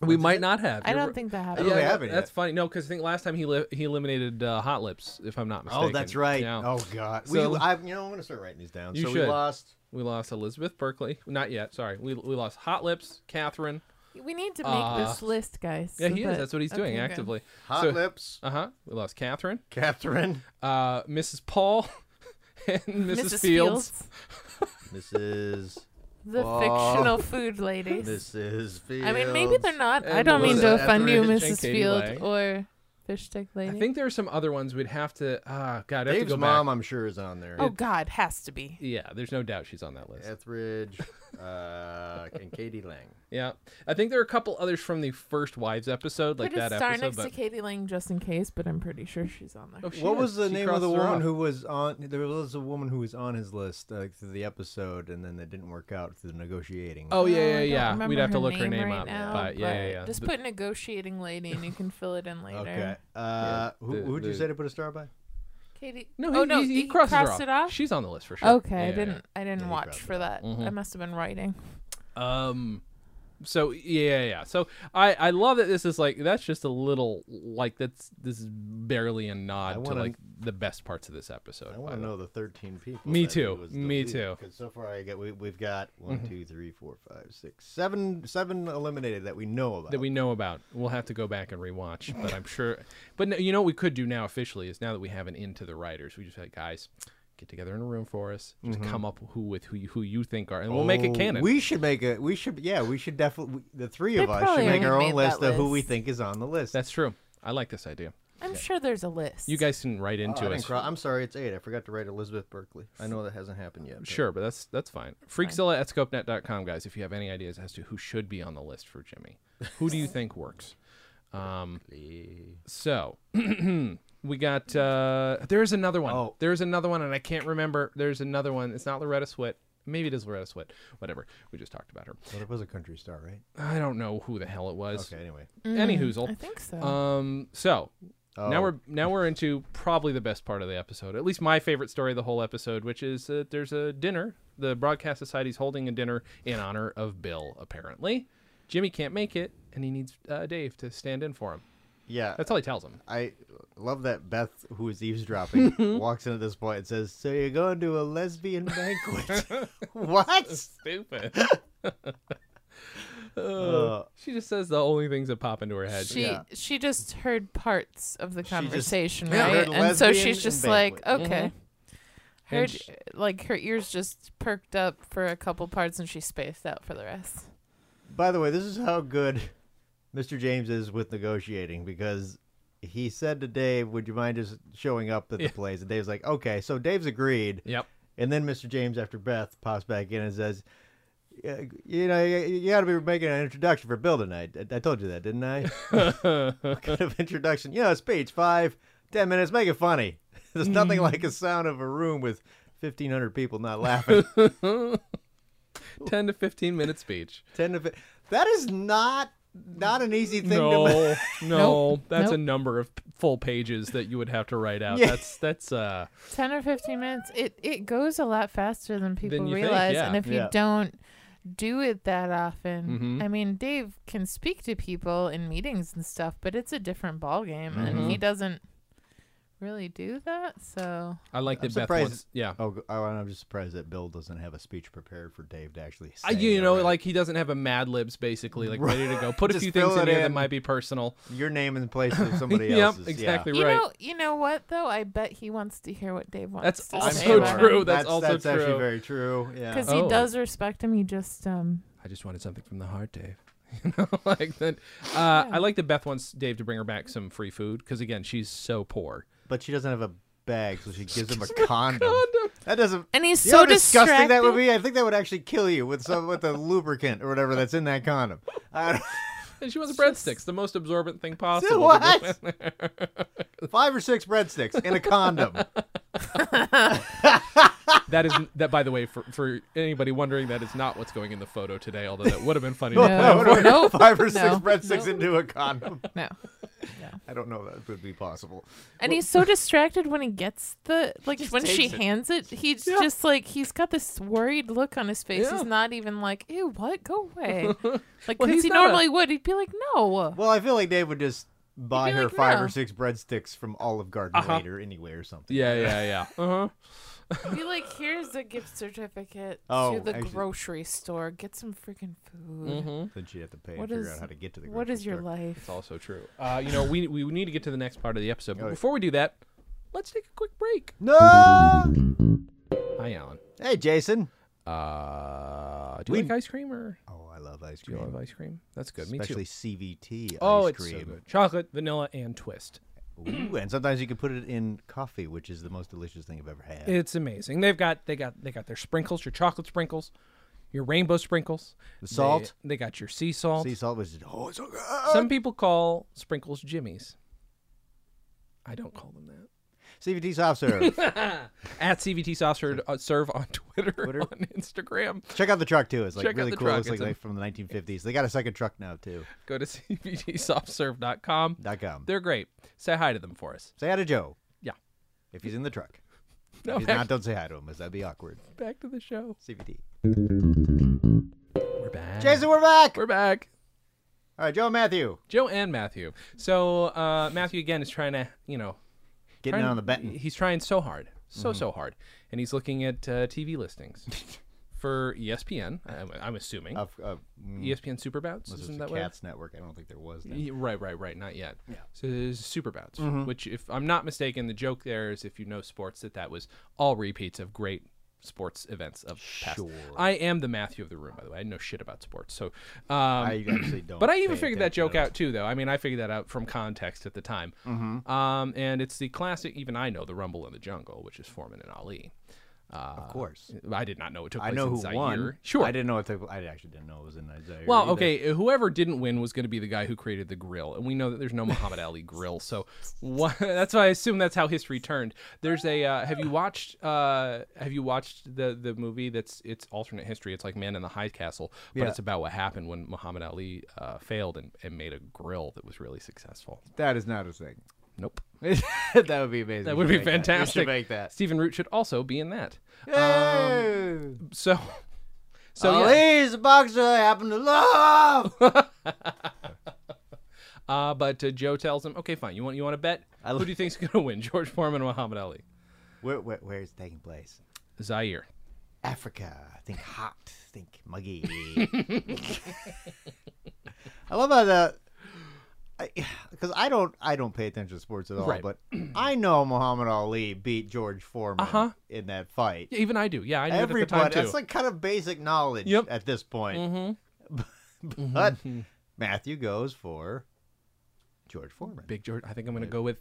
[SPEAKER 1] We might not have.
[SPEAKER 3] I
[SPEAKER 1] You're
[SPEAKER 3] don't
[SPEAKER 1] r-
[SPEAKER 3] think that
[SPEAKER 2] I
[SPEAKER 3] happened.
[SPEAKER 2] don't
[SPEAKER 1] Yeah,
[SPEAKER 2] think I
[SPEAKER 1] that-
[SPEAKER 2] have it yet.
[SPEAKER 1] that's funny. No, because I think last time he li- he eliminated uh, Hot Lips, if I'm not mistaken.
[SPEAKER 2] Oh, that's right.
[SPEAKER 1] Yeah.
[SPEAKER 2] Oh God.
[SPEAKER 1] So-
[SPEAKER 2] we, I, you know, I'm gonna start writing these down.
[SPEAKER 1] You
[SPEAKER 2] so
[SPEAKER 1] should.
[SPEAKER 2] we lost.
[SPEAKER 1] We lost Elizabeth Berkley. Not yet. Sorry. We, we lost Hot Lips, Catherine.
[SPEAKER 3] We need to make
[SPEAKER 1] Uh,
[SPEAKER 3] this list, guys.
[SPEAKER 1] Yeah,
[SPEAKER 3] so
[SPEAKER 1] he is.
[SPEAKER 3] that-
[SPEAKER 1] That's what he's doing
[SPEAKER 3] okay, good.
[SPEAKER 1] actively.
[SPEAKER 2] Hot Lips,
[SPEAKER 1] Uh huh. We lost Catherine, (laughs)
[SPEAKER 2] Catherine,
[SPEAKER 1] uh, Mrs. Paul, (laughs) and Mrs.
[SPEAKER 3] Mrs.
[SPEAKER 1] Fields.
[SPEAKER 3] Fields,
[SPEAKER 2] Mrs.
[SPEAKER 3] the
[SPEAKER 2] Oh.
[SPEAKER 3] fictional food lady.
[SPEAKER 2] Mrs. Fields.
[SPEAKER 3] I mean, maybe they're not. I
[SPEAKER 1] And
[SPEAKER 3] don't mean to
[SPEAKER 1] Melissa
[SPEAKER 3] offend you,
[SPEAKER 1] Etheridge and
[SPEAKER 3] Mrs.
[SPEAKER 1] Katie
[SPEAKER 3] Field
[SPEAKER 1] Lang.
[SPEAKER 3] or fish stick lady.
[SPEAKER 1] I think there are some other ones we'd have to. Ah, God, I have to
[SPEAKER 2] Dave's
[SPEAKER 1] go
[SPEAKER 2] mom.
[SPEAKER 1] back.
[SPEAKER 2] I'm sure is on there.
[SPEAKER 3] oh God, has to be.
[SPEAKER 1] Yeah, there's no doubt she's on that list.
[SPEAKER 2] Etheridge, uh, and Katie Lang.
[SPEAKER 1] Yeah, I think there are a couple others from the first Wives episode, like
[SPEAKER 3] Put a
[SPEAKER 1] that
[SPEAKER 3] star
[SPEAKER 1] episode.
[SPEAKER 3] next
[SPEAKER 1] But
[SPEAKER 3] to Katie Lang just in case, but I'm pretty sure she's on there.
[SPEAKER 1] Oh, she
[SPEAKER 2] What
[SPEAKER 1] is.
[SPEAKER 2] was the
[SPEAKER 1] She
[SPEAKER 2] name of the
[SPEAKER 1] crosses her
[SPEAKER 2] woman
[SPEAKER 1] off.
[SPEAKER 2] who was on? There was a woman who was on his list uh, through the episode, and then that didn't work out through the negotiating.
[SPEAKER 1] Oh
[SPEAKER 3] I
[SPEAKER 1] yeah,
[SPEAKER 3] don't
[SPEAKER 1] yeah, yeah.
[SPEAKER 3] remember
[SPEAKER 1] We'd have to look her name
[SPEAKER 3] right
[SPEAKER 1] up,
[SPEAKER 3] now,
[SPEAKER 1] but yeah, yeah, yeah.
[SPEAKER 3] Just
[SPEAKER 1] The-
[SPEAKER 3] put negotiating lady, and you can fill it in later.
[SPEAKER 2] okay. Uh, who
[SPEAKER 1] the-
[SPEAKER 2] who'd you
[SPEAKER 1] the-
[SPEAKER 2] say to put a star by?
[SPEAKER 3] Katie.
[SPEAKER 1] No, he,
[SPEAKER 3] oh, no,
[SPEAKER 1] he, he crosses
[SPEAKER 3] crossed
[SPEAKER 1] her
[SPEAKER 3] it off.
[SPEAKER 1] She's on the list for sure.
[SPEAKER 3] Okay,
[SPEAKER 1] Yeah,
[SPEAKER 3] I
[SPEAKER 1] yeah,
[SPEAKER 3] didn't. I didn't
[SPEAKER 2] Yeah, he
[SPEAKER 3] watch
[SPEAKER 2] crossed
[SPEAKER 3] for
[SPEAKER 2] it
[SPEAKER 3] that.
[SPEAKER 1] Mm-hmm.
[SPEAKER 3] I must have been writing.
[SPEAKER 1] yeah. Um, so yeah, yeah, yeah. So I I love that this is like that's just a little like that's this is barely a nod
[SPEAKER 2] I
[SPEAKER 1] to
[SPEAKER 2] wanna-
[SPEAKER 1] like the best parts of this episode.
[SPEAKER 2] I want
[SPEAKER 1] by
[SPEAKER 2] to
[SPEAKER 1] the way.
[SPEAKER 2] know the 13 people.
[SPEAKER 1] Me
[SPEAKER 2] that he
[SPEAKER 1] too.
[SPEAKER 2] was the
[SPEAKER 1] Me
[SPEAKER 2] lead,
[SPEAKER 1] too. Mm-hmm.
[SPEAKER 2] 'cause so far, I get we, we've got one, two, three, four, five, six, seven, seven eliminated that we know about.
[SPEAKER 1] that we know about. We'll have to go back and rewatch, but I'm sure. But no, you know what we could do now officially is now that we have an into the writers, we just like guys get together in a room for us, just come up who with who you, who you think are, and we'll make it
[SPEAKER 2] Mm-hmm. Oh,
[SPEAKER 1] canon.
[SPEAKER 2] We should make a. We should. Yeah, we should definitely. The three
[SPEAKER 3] They
[SPEAKER 2] of us
[SPEAKER 3] probably
[SPEAKER 2] should make our
[SPEAKER 3] already
[SPEAKER 2] own
[SPEAKER 3] made that
[SPEAKER 2] list of who we
[SPEAKER 3] list.
[SPEAKER 2] think is on the list.
[SPEAKER 1] That's true. I like this idea.
[SPEAKER 3] I'm sure there's a list.
[SPEAKER 1] You guys can write
[SPEAKER 2] Oh, I
[SPEAKER 1] into
[SPEAKER 2] didn't
[SPEAKER 1] us.
[SPEAKER 2] cro- I'm sorry, it's eight. I forgot to write Elizabeth Berkeley. I know that hasn't happened yet. but-
[SPEAKER 1] Sure, but that's that's fine. Freakzilla at scopenet.com, guys, if you have any ideas as to who should be on the list for Jimmy. Who do you think works? Um, so (clears throat) we got uh, there's another one.
[SPEAKER 2] Oh.
[SPEAKER 1] There's another one and I can't remember. There's another one. It's not Loretta Swit. Maybe it is Loretta Swit. Whatever. We just talked about her.
[SPEAKER 2] Well, it was a country star, right?
[SPEAKER 1] I don't know who the hell it was.
[SPEAKER 2] Okay,
[SPEAKER 1] (laughs)
[SPEAKER 2] anyway.
[SPEAKER 1] Any
[SPEAKER 3] Mm-hmm. I
[SPEAKER 1] whoozle.
[SPEAKER 3] think so.
[SPEAKER 1] Um so
[SPEAKER 2] Oh.
[SPEAKER 1] now we're now we're into probably the best part of the episode. At least my favorite story of the whole episode, which is that there's a dinner. The Broadcast Society's holding a dinner in honor of Bill. Apparently, Jimmy can't make it, and he needs uh, Dave to stand in for him.
[SPEAKER 2] Yeah.
[SPEAKER 1] That's all he tells him.
[SPEAKER 2] I love that Beth, who
[SPEAKER 1] (laughs)
[SPEAKER 2] is eavesdropping, walks in at this point and says, So you're going to a lesbian banquet?
[SPEAKER 1] (laughs)
[SPEAKER 2] (laughs) what?
[SPEAKER 1] Stupid.
[SPEAKER 2] Uh,
[SPEAKER 1] she just says the only things that pop into her head.
[SPEAKER 3] she
[SPEAKER 2] yeah.
[SPEAKER 3] she just heard parts of the
[SPEAKER 2] just
[SPEAKER 3] conversation,
[SPEAKER 2] heard
[SPEAKER 3] right? And so
[SPEAKER 2] lesbian
[SPEAKER 3] she's
[SPEAKER 2] and
[SPEAKER 3] just like,
[SPEAKER 2] banquet.
[SPEAKER 3] okay.
[SPEAKER 1] Mm-hmm. And
[SPEAKER 3] Her,
[SPEAKER 1] sh-
[SPEAKER 3] like her ears just perked up for a couple parts, and she spaced out for the rest.
[SPEAKER 2] by the way, this is how good (laughs) Mr. James is with negotiating because he said to Dave, Would you mind just showing up at the place? And Dave's like, Okay. So Dave's agreed.
[SPEAKER 1] Yep.
[SPEAKER 2] And then Mr. James, after Beth, pops back in and says, "Yeah, "You know, you, you got to be making an introduction for Bill tonight. I, I told you that, didn't I? (laughs) what kind of introduction? You know, speech five, ten minutes, make it funny. (laughs) There's nothing like a sound of a room with fifteen hundred people not laughing.
[SPEAKER 1] Ten to fifteen minute speech.
[SPEAKER 2] ten to fi- that is not not an easy thing to make.
[SPEAKER 1] No, no,
[SPEAKER 3] Nope,
[SPEAKER 1] that's a
[SPEAKER 3] nope.
[SPEAKER 1] number of p- full pages that you would have to write out.
[SPEAKER 2] Yeah.
[SPEAKER 1] That's that's uh.
[SPEAKER 3] Ten or fifteen minutes. It it goes a lot faster than people
[SPEAKER 1] Than you think,
[SPEAKER 3] realize,
[SPEAKER 1] yeah. Mm-hmm.
[SPEAKER 3] and if
[SPEAKER 2] Yeah.
[SPEAKER 3] you don't do it that often, I mean, Dave can speak to people in meetings and stuff, but it's a different ballgame, and he
[SPEAKER 1] Mm-hmm.
[SPEAKER 3] doesn't really do that. So
[SPEAKER 1] I like
[SPEAKER 2] I'm
[SPEAKER 1] that Beth
[SPEAKER 2] surprised-
[SPEAKER 1] wants. Yeah.
[SPEAKER 2] Oh, go- oh, and I'm just surprised that Bill doesn't have a speech prepared for Dave to actually.
[SPEAKER 1] I,
[SPEAKER 2] say
[SPEAKER 1] you know,
[SPEAKER 2] already.
[SPEAKER 1] like he doesn't have a Mad Libs basically, like ready
[SPEAKER 2] (laughs)
[SPEAKER 1] to go. Put a
[SPEAKER 2] Just
[SPEAKER 1] few things
[SPEAKER 2] fill
[SPEAKER 1] in
[SPEAKER 2] it
[SPEAKER 1] here that
[SPEAKER 2] in.
[SPEAKER 1] might be personal. (laughs)
[SPEAKER 2] your name in place of somebody
[SPEAKER 1] yep,
[SPEAKER 2] else's. Yeah.
[SPEAKER 1] exactly
[SPEAKER 3] you
[SPEAKER 1] right.
[SPEAKER 3] know, you know what though? I bet he wants to hear what Dave wants.
[SPEAKER 1] That's
[SPEAKER 3] to
[SPEAKER 1] also
[SPEAKER 3] say about
[SPEAKER 2] Sure.
[SPEAKER 3] him.
[SPEAKER 1] true. That's also
[SPEAKER 2] that's
[SPEAKER 1] true.
[SPEAKER 2] actually very true. Yeah.
[SPEAKER 3] because
[SPEAKER 1] Oh.
[SPEAKER 3] he does respect him. He just um
[SPEAKER 1] I just wanted something from the heart, Dave. (laughs) You know, like that. Uh, I like that Beth wants Dave to bring her back some free food because again, she's so poor.
[SPEAKER 2] But she doesn't have a bag, so she gives him a condom. That doesn't.
[SPEAKER 3] and he's
[SPEAKER 2] You know
[SPEAKER 3] so
[SPEAKER 2] how disgusting
[SPEAKER 3] distracted.
[SPEAKER 2] that would be. I think that would actually kill you with some with the lubricant or whatever that's in that condom. I don't-
[SPEAKER 1] And she wants breadsticks, the most absorbent
[SPEAKER 2] (laughs)
[SPEAKER 1] thing possible. to
[SPEAKER 2] what?
[SPEAKER 1] go in there.
[SPEAKER 2] Five or six breadsticks in a condom.
[SPEAKER 1] (laughs) that is that. By the way, for for anybody wondering, that is not what's going in the photo today. Although that would have been
[SPEAKER 3] (laughs)
[SPEAKER 1] funny.
[SPEAKER 2] (laughs)
[SPEAKER 1] to-
[SPEAKER 3] No.
[SPEAKER 2] What are-
[SPEAKER 3] Nope.
[SPEAKER 2] Five or six
[SPEAKER 3] No.
[SPEAKER 2] breadsticks
[SPEAKER 3] Nope.
[SPEAKER 2] into a condom.
[SPEAKER 1] (laughs)
[SPEAKER 3] No.
[SPEAKER 2] I don't know if that would be possible.
[SPEAKER 3] And
[SPEAKER 1] (laughs)
[SPEAKER 3] he's so distracted when he gets the like
[SPEAKER 2] just
[SPEAKER 3] when she
[SPEAKER 2] takes it.
[SPEAKER 3] hands it, he's
[SPEAKER 1] Yeah.
[SPEAKER 3] just like he's got this worried look on his face.
[SPEAKER 1] Yeah.
[SPEAKER 3] He's not even like, "Ew, what? Go away!"
[SPEAKER 1] (laughs)
[SPEAKER 3] Like
[SPEAKER 1] Well,
[SPEAKER 3] because
[SPEAKER 1] he's
[SPEAKER 3] he
[SPEAKER 1] not a-
[SPEAKER 3] normally would, he'd be like, "No."
[SPEAKER 2] Well, I feel like Dave would just buy
[SPEAKER 3] be
[SPEAKER 2] her
[SPEAKER 3] like,
[SPEAKER 2] five
[SPEAKER 3] "No."
[SPEAKER 2] or six breadsticks from Olive Garden
[SPEAKER 1] Uh-huh.
[SPEAKER 2] later anyway or something.
[SPEAKER 1] Yeah, yeah, yeah. Uh huh.
[SPEAKER 3] be like, "Here's a gift certificate
[SPEAKER 2] Oh,
[SPEAKER 3] to the
[SPEAKER 2] actually-
[SPEAKER 3] grocery store. Get some freaking food.
[SPEAKER 2] Then she'd have to pay
[SPEAKER 3] What
[SPEAKER 2] and figure
[SPEAKER 3] is-
[SPEAKER 2] out how to get to the
[SPEAKER 3] What
[SPEAKER 2] grocery
[SPEAKER 3] is your
[SPEAKER 2] store.
[SPEAKER 3] life?"
[SPEAKER 1] Mm-hmm. It's also true. Uh, you know, we we need to get to the next part of the episode, but
[SPEAKER 2] Oh, yeah.
[SPEAKER 1] before we do that, let's take a quick break.
[SPEAKER 2] No!
[SPEAKER 1] Hi, Alan.
[SPEAKER 2] Hey, Jason.
[SPEAKER 1] Uh, do you
[SPEAKER 2] We-
[SPEAKER 1] like ice cream or
[SPEAKER 2] Oh, I love ice
[SPEAKER 1] do you
[SPEAKER 2] cream.
[SPEAKER 1] love ice cream? That's good. Me
[SPEAKER 2] Especially
[SPEAKER 1] too.
[SPEAKER 2] CVT ice
[SPEAKER 1] Oh, it's so
[SPEAKER 2] cream.
[SPEAKER 1] good. Chocolate, vanilla, and twist. (clears throat)
[SPEAKER 2] Ooh, and sometimes you can put it in coffee, which is the most delicious thing I've ever had.
[SPEAKER 1] It's amazing. They've got they got they got their sprinkles, your chocolate sprinkles, your rainbow sprinkles,
[SPEAKER 2] The
[SPEAKER 1] They-
[SPEAKER 2] salt.
[SPEAKER 1] They, got your sea salt.
[SPEAKER 2] sea salt was just, oh, it's so good.
[SPEAKER 1] Some people call sprinkles jimmies. I don't call them that.
[SPEAKER 2] CVT
[SPEAKER 1] (laughs)
[SPEAKER 2] soft serve.
[SPEAKER 1] At CVT Soft Serve, uh, serve on (laughs) Twitter,
[SPEAKER 2] Twitter?
[SPEAKER 1] on Instagram.
[SPEAKER 2] Check out the truck too. It's like
[SPEAKER 1] Check out
[SPEAKER 2] really
[SPEAKER 1] the
[SPEAKER 2] cool.
[SPEAKER 1] truck.
[SPEAKER 2] It's like,
[SPEAKER 1] It's a-
[SPEAKER 2] like from the 1950s. They got a second truck now too.
[SPEAKER 1] Go to (laughs) cvtsoftserve.com.
[SPEAKER 2] Dot com.
[SPEAKER 1] They're great. Say hi to them for us.
[SPEAKER 2] Say hi to Joe
[SPEAKER 1] Yeah.
[SPEAKER 2] if he's in the truck.
[SPEAKER 1] No,
[SPEAKER 2] if he's
[SPEAKER 1] back,
[SPEAKER 2] not, don't say hi to him, because that'd be awkward.
[SPEAKER 1] back to the show.
[SPEAKER 2] CVT.
[SPEAKER 1] We're back.
[SPEAKER 2] Jason, we're back.
[SPEAKER 1] We're back.
[SPEAKER 2] All right, Joe and Matthew
[SPEAKER 1] Joe and Matthew. So uh, Matthew again is trying to, you know,
[SPEAKER 2] getting in
[SPEAKER 1] trying-
[SPEAKER 2] on the betting.
[SPEAKER 1] He's trying so hard, so
[SPEAKER 2] Mm-hmm.
[SPEAKER 1] so hard, and he's looking at uh, TV listings
[SPEAKER 2] (laughs)
[SPEAKER 1] for E ESPN. I'm, I'm assuming E
[SPEAKER 2] Of, of, mm,
[SPEAKER 1] ESPN Super Bouts
[SPEAKER 2] was
[SPEAKER 1] isn't
[SPEAKER 2] it
[SPEAKER 1] that
[SPEAKER 2] the
[SPEAKER 1] what?
[SPEAKER 2] Cats Network? I don't think there was. Then.
[SPEAKER 1] Ye- Right, right, right. Not yet. Yeah. So there's Super Bouts,
[SPEAKER 2] Mm-hmm.
[SPEAKER 1] which, if I'm not mistaken, the joke there is if you know sports, that that was all repeats of great sports events of past.
[SPEAKER 2] Sure.
[SPEAKER 1] I am the Matthew of the room, by the way. I know shit about sports, so. Um,
[SPEAKER 2] I
[SPEAKER 1] (clears throat)
[SPEAKER 2] actually don't.
[SPEAKER 1] but I even
[SPEAKER 2] pay
[SPEAKER 1] figured that
[SPEAKER 2] attention to
[SPEAKER 1] joke out too, though. I mean, I figured that out from context at the time. Mm-hmm. Um, and it's the classic. Even I know the Rumble in the Jungle, which is Foreman and Ali.
[SPEAKER 2] those, Of course,
[SPEAKER 1] I did not know it took
[SPEAKER 2] I
[SPEAKER 1] place
[SPEAKER 2] know
[SPEAKER 1] in
[SPEAKER 2] who
[SPEAKER 1] Zaire.
[SPEAKER 2] won.
[SPEAKER 1] Sure.
[SPEAKER 2] I didn't know it took. I actually didn't know it was in Zaire.
[SPEAKER 1] well,
[SPEAKER 2] either.
[SPEAKER 1] okay. uh, Whoever didn't win was going to be the guy who created the grill, and we know that there's no Muhammad Ali grill, so wha- (laughs) that's why I assume that's how history turned. There's a. Uh, have you watched? Uh, have you watched the the movie that's it's alternate history? It's like Man in the High Castle, but
[SPEAKER 2] Yeah.
[SPEAKER 1] it's about what happened when Muhammad Ali uh, failed and, and made a grill that was really successful.
[SPEAKER 2] (laughs) that is not a thing. (laughs)
[SPEAKER 1] Nope.
[SPEAKER 2] that would be amazing.
[SPEAKER 1] That
[SPEAKER 2] We
[SPEAKER 1] would be
[SPEAKER 2] should make We should
[SPEAKER 1] fantastic.
[SPEAKER 2] make
[SPEAKER 1] (laughs)
[SPEAKER 2] that.
[SPEAKER 1] Stephen Root should also be in that.
[SPEAKER 2] Yay!
[SPEAKER 1] So, (laughs) so yeah.
[SPEAKER 2] Ali's a boxer I happen to
[SPEAKER 1] (laughs)
[SPEAKER 2] love.
[SPEAKER 1] Uh, but uh, Joe tells him, "Okay, fine. You want you want to bet?
[SPEAKER 2] I
[SPEAKER 1] Who
[SPEAKER 2] lo-
[SPEAKER 1] do you think's going to win, George Foreman or Muhammad Ali?"
[SPEAKER 2] where, where, where is it taking place?
[SPEAKER 1] Zaire.
[SPEAKER 2] Africa. Think hot. Think muggy. (laughs) I love how the because I don't I don't pay attention to sports at all,
[SPEAKER 1] Right.
[SPEAKER 2] but (clears throat) I know Muhammad Ali beat George Foreman
[SPEAKER 1] Uh-huh.
[SPEAKER 2] in that fight.
[SPEAKER 1] Yeah, even I do. Yeah, I knew it at the time
[SPEAKER 2] Everybody,
[SPEAKER 1] too.
[SPEAKER 2] that's like kind of basic knowledge
[SPEAKER 1] Yep. Mm-hmm.
[SPEAKER 2] at this point. (laughs) but (laughs) Matthew goes for George Foreman.
[SPEAKER 1] Big George. I think I'm going to go with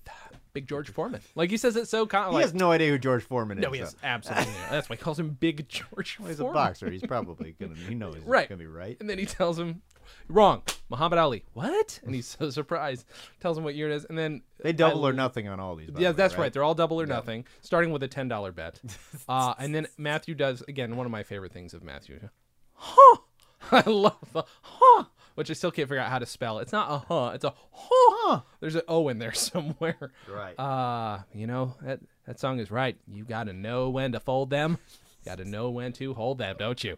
[SPEAKER 1] Big George Foreman. Like he says it so kind of
[SPEAKER 2] he
[SPEAKER 1] like.
[SPEAKER 2] has no idea who George Foreman is.
[SPEAKER 1] no, he has
[SPEAKER 2] so-
[SPEAKER 1] absolutely. no. That's why he calls him Big George.
[SPEAKER 2] Well, he's
[SPEAKER 1] Foreman.
[SPEAKER 2] a
[SPEAKER 1] (laughs)
[SPEAKER 2] boxer. He's probably gonna. He knows he's
[SPEAKER 1] Right.
[SPEAKER 2] gonna be right.
[SPEAKER 1] And then he tells him, "Wrong, Muhammad Ali." What? And he's so (laughs) surprised. Tells him what year it is, and then
[SPEAKER 2] They double
[SPEAKER 1] I
[SPEAKER 2] or nothing on all these. by
[SPEAKER 1] Yeah,
[SPEAKER 2] the way,
[SPEAKER 1] that's
[SPEAKER 2] right.
[SPEAKER 1] right. They're all double or nothing, starting with a ten dollar bet. uh, and then Matthew does again one of my favorite things of Matthew. Huh. (laughs) I love the huh, which I still can't figure out how to spell. It's not a huh, it's a huh. There's an O in there (laughs) somewhere.
[SPEAKER 2] Right.
[SPEAKER 1] Uh, you know that that song is right. You got to know when to fold them. Got to know when to hold them, don't you?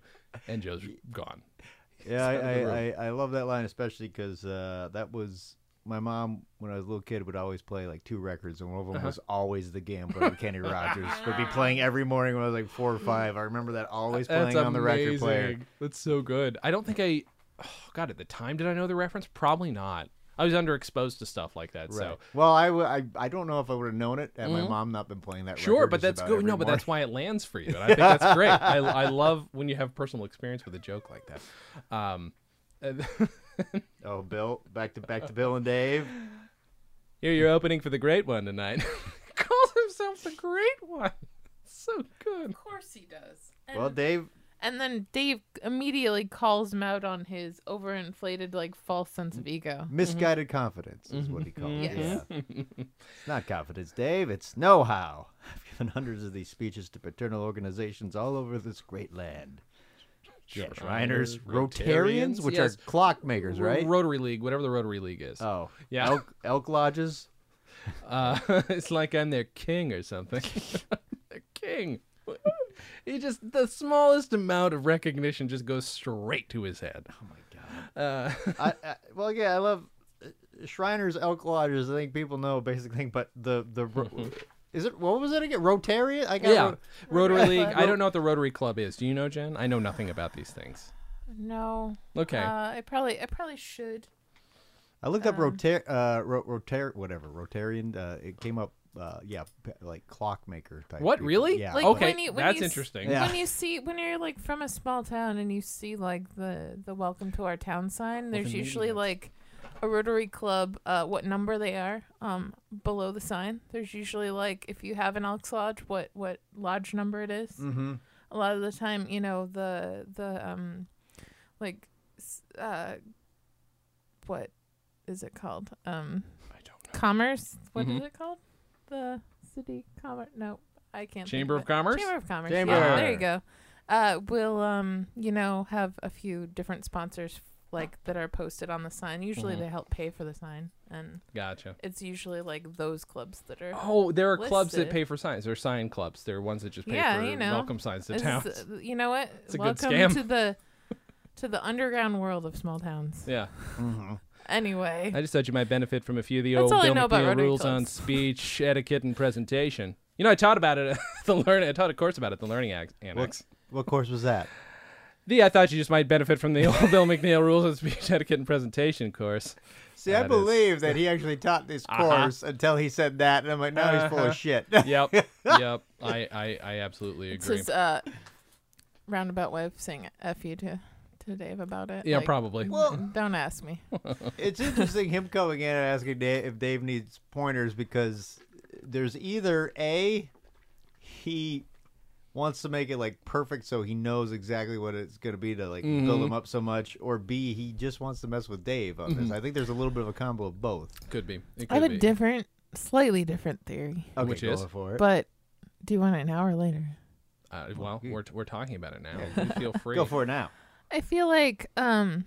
[SPEAKER 1] And Joe's gone.
[SPEAKER 2] Yeah, I,
[SPEAKER 1] out of the
[SPEAKER 2] I, I, I love that line especially because uh, that was my mom when I was a little kid would always play like two records, and one of them was
[SPEAKER 1] Uh-huh.
[SPEAKER 2] always the Gambler. and Kenny Rogers
[SPEAKER 1] (laughs)
[SPEAKER 2] would be playing every morning when I was like four or five. I remember that always playing
[SPEAKER 1] That's
[SPEAKER 2] on the record player.
[SPEAKER 1] amazing. That's so good. I don't think I. Oh, God, at the time, did I know the reference? Probably not. I was underexposed to stuff like that. So
[SPEAKER 2] Right. Well, I, w- I, I don't know if I would have known it had my mom not been playing that.
[SPEAKER 1] Mm-hmm. Sure,
[SPEAKER 2] record
[SPEAKER 1] but
[SPEAKER 2] just
[SPEAKER 1] that's
[SPEAKER 2] about
[SPEAKER 1] good.
[SPEAKER 2] every
[SPEAKER 1] No, but
[SPEAKER 2] morning.
[SPEAKER 1] that's why it lands for you. And I think
[SPEAKER 2] (laughs)
[SPEAKER 1] that's great. I, I love when you have personal experience with a joke like that. Um, and- (laughs)
[SPEAKER 2] Oh, Bill, back to back to Bill and Dave.
[SPEAKER 1] here you're opening for the great one tonight. (laughs) Calls himself the great one. (laughs) So good.
[SPEAKER 3] Of course he does. And,
[SPEAKER 2] Well, Dave,
[SPEAKER 3] And then Dave immediately calls him out on his overinflated, like, false sense
[SPEAKER 1] Mm.
[SPEAKER 3] of ego.
[SPEAKER 1] Mm-hmm.
[SPEAKER 2] Misguided confidence is what he called it.
[SPEAKER 3] Yes.
[SPEAKER 2] Yeah. it's not confidence, Dave. It's know-how. I've given hundreds of these speeches to paternal organizations all over this great land. Yes, Shriners, Rotarians, which
[SPEAKER 1] yes.
[SPEAKER 2] are clockmakers, right?
[SPEAKER 1] Rotary League, whatever the Rotary League is.
[SPEAKER 2] oh,
[SPEAKER 1] Yeah.
[SPEAKER 2] Elk, elk lodges.
[SPEAKER 1] Uh, (laughs) it's like I'm their king or something. (laughs) their king. he just the smallest amount of recognition just goes straight to his head.
[SPEAKER 2] Oh my
[SPEAKER 3] (laughs)
[SPEAKER 1] Uh,
[SPEAKER 2] god. I, I, well, yeah, I love uh, Shriners, elk lodges. I think people know basic thing, but the
[SPEAKER 1] (laughs)
[SPEAKER 2] the ro- is it what was it again? Rotarian? I got
[SPEAKER 1] yeah,
[SPEAKER 2] ro-
[SPEAKER 1] Rotary League. I
[SPEAKER 2] Ro-
[SPEAKER 1] don't know what the Rotary Club is. Do you know, Jen? I know nothing about these things.
[SPEAKER 3] No.
[SPEAKER 1] Okay.
[SPEAKER 3] Uh, I probably, I probably should.
[SPEAKER 2] I looked up rotar uh ro- rotar whatever Rotarian. Uh, it came up. Uh, yeah, p- like clockmaker type.
[SPEAKER 1] what
[SPEAKER 2] people.
[SPEAKER 1] really? Oh.
[SPEAKER 2] Yeah.
[SPEAKER 3] Like,
[SPEAKER 1] okay,
[SPEAKER 3] when you- when
[SPEAKER 1] that's
[SPEAKER 3] you s-
[SPEAKER 1] interesting.
[SPEAKER 2] Yeah.
[SPEAKER 3] When you see, when you're like from a small town and you see like the the welcome to our town sign, there's
[SPEAKER 1] then maybe
[SPEAKER 3] usually
[SPEAKER 1] that's-
[SPEAKER 3] like a Rotary Club, uh, what number they are, um, below the sign. There's usually like if you have an Elks Lodge, what what lodge number it is.
[SPEAKER 2] Mm-hmm.
[SPEAKER 3] A lot of the time, you know the the um, like, s- uh, what is it called? Um,
[SPEAKER 1] I don't know.
[SPEAKER 3] commerce. What is
[SPEAKER 1] Mhm.
[SPEAKER 3] it called? The city commerce. No, I can't. think
[SPEAKER 1] Chamber
[SPEAKER 3] of
[SPEAKER 1] of
[SPEAKER 3] it.
[SPEAKER 1] Commerce?
[SPEAKER 3] Chamber of Commerce.
[SPEAKER 2] Chamber.
[SPEAKER 3] Yeah, there you go. Uh, we'll um, you know, have a few different sponsors like that are posted on the sign. Usually,
[SPEAKER 1] Mhm.
[SPEAKER 3] they help pay for the sign, and
[SPEAKER 1] Gotcha.
[SPEAKER 3] it's usually like those clubs that are.
[SPEAKER 1] Oh, there are clubs that
[SPEAKER 3] Listed.
[SPEAKER 1] pay for signs. There are sign clubs. There are ones that just pay
[SPEAKER 3] Yeah,
[SPEAKER 1] for
[SPEAKER 3] you know.
[SPEAKER 1] welcome signs to
[SPEAKER 3] This
[SPEAKER 1] towns.
[SPEAKER 3] is, uh, you know what?
[SPEAKER 1] It's a good
[SPEAKER 3] Welcome
[SPEAKER 1] scam.
[SPEAKER 3] to the to the underground world of small towns.
[SPEAKER 1] yeah.
[SPEAKER 3] Anyway,
[SPEAKER 1] I just thought you might benefit from a few of the
[SPEAKER 3] That's
[SPEAKER 1] old
[SPEAKER 3] all I
[SPEAKER 1] Bill
[SPEAKER 3] know about
[SPEAKER 1] McNeil
[SPEAKER 3] Rotary
[SPEAKER 1] rules on
[SPEAKER 3] clubs.
[SPEAKER 1] speech, (laughs) etiquette, and presentation. You know, I taught about it (laughs) at the learn. I taught a course about it, at the learning Ax- annex.
[SPEAKER 2] What course was that?
[SPEAKER 1] The I thought you just might benefit from the old Bill McNeil rules on speech, (laughs) etiquette, and presentation course.
[SPEAKER 2] See,
[SPEAKER 1] That
[SPEAKER 2] I
[SPEAKER 1] is-
[SPEAKER 2] believe
[SPEAKER 1] (laughs)
[SPEAKER 2] that he actually taught this course until he said that, and I'm like, now he's full
[SPEAKER 1] Uh-huh.
[SPEAKER 2] of shit.
[SPEAKER 1] Yep, yep. I, I, I absolutely
[SPEAKER 3] it's
[SPEAKER 1] agree.
[SPEAKER 3] his uh, roundabout way of saying f you to to Dave about it.
[SPEAKER 1] yeah,
[SPEAKER 3] Like,
[SPEAKER 1] probably.
[SPEAKER 2] (laughs) well,
[SPEAKER 3] Don't ask me.
[SPEAKER 2] it's interesting him coming in and asking Dave if Dave needs pointers because there's either a he wants to make it like perfect so he knows exactly what it's going to be to like
[SPEAKER 1] Mm-hmm.
[SPEAKER 2] build him up so much, or b he just wants to mess with Dave on
[SPEAKER 1] Mm-hmm.
[SPEAKER 2] this. I think there's a little bit of a combo of both.
[SPEAKER 1] could be. It could
[SPEAKER 3] I have a
[SPEAKER 1] be.
[SPEAKER 3] different, slightly different theory,
[SPEAKER 2] Okay,
[SPEAKER 1] Which
[SPEAKER 2] go
[SPEAKER 1] is?
[SPEAKER 2] for it.
[SPEAKER 3] but do you want it now or later?
[SPEAKER 1] uh, well,
[SPEAKER 2] you-
[SPEAKER 1] we're, we're talking about it now. You feel free.
[SPEAKER 2] go for it now.
[SPEAKER 3] I feel like um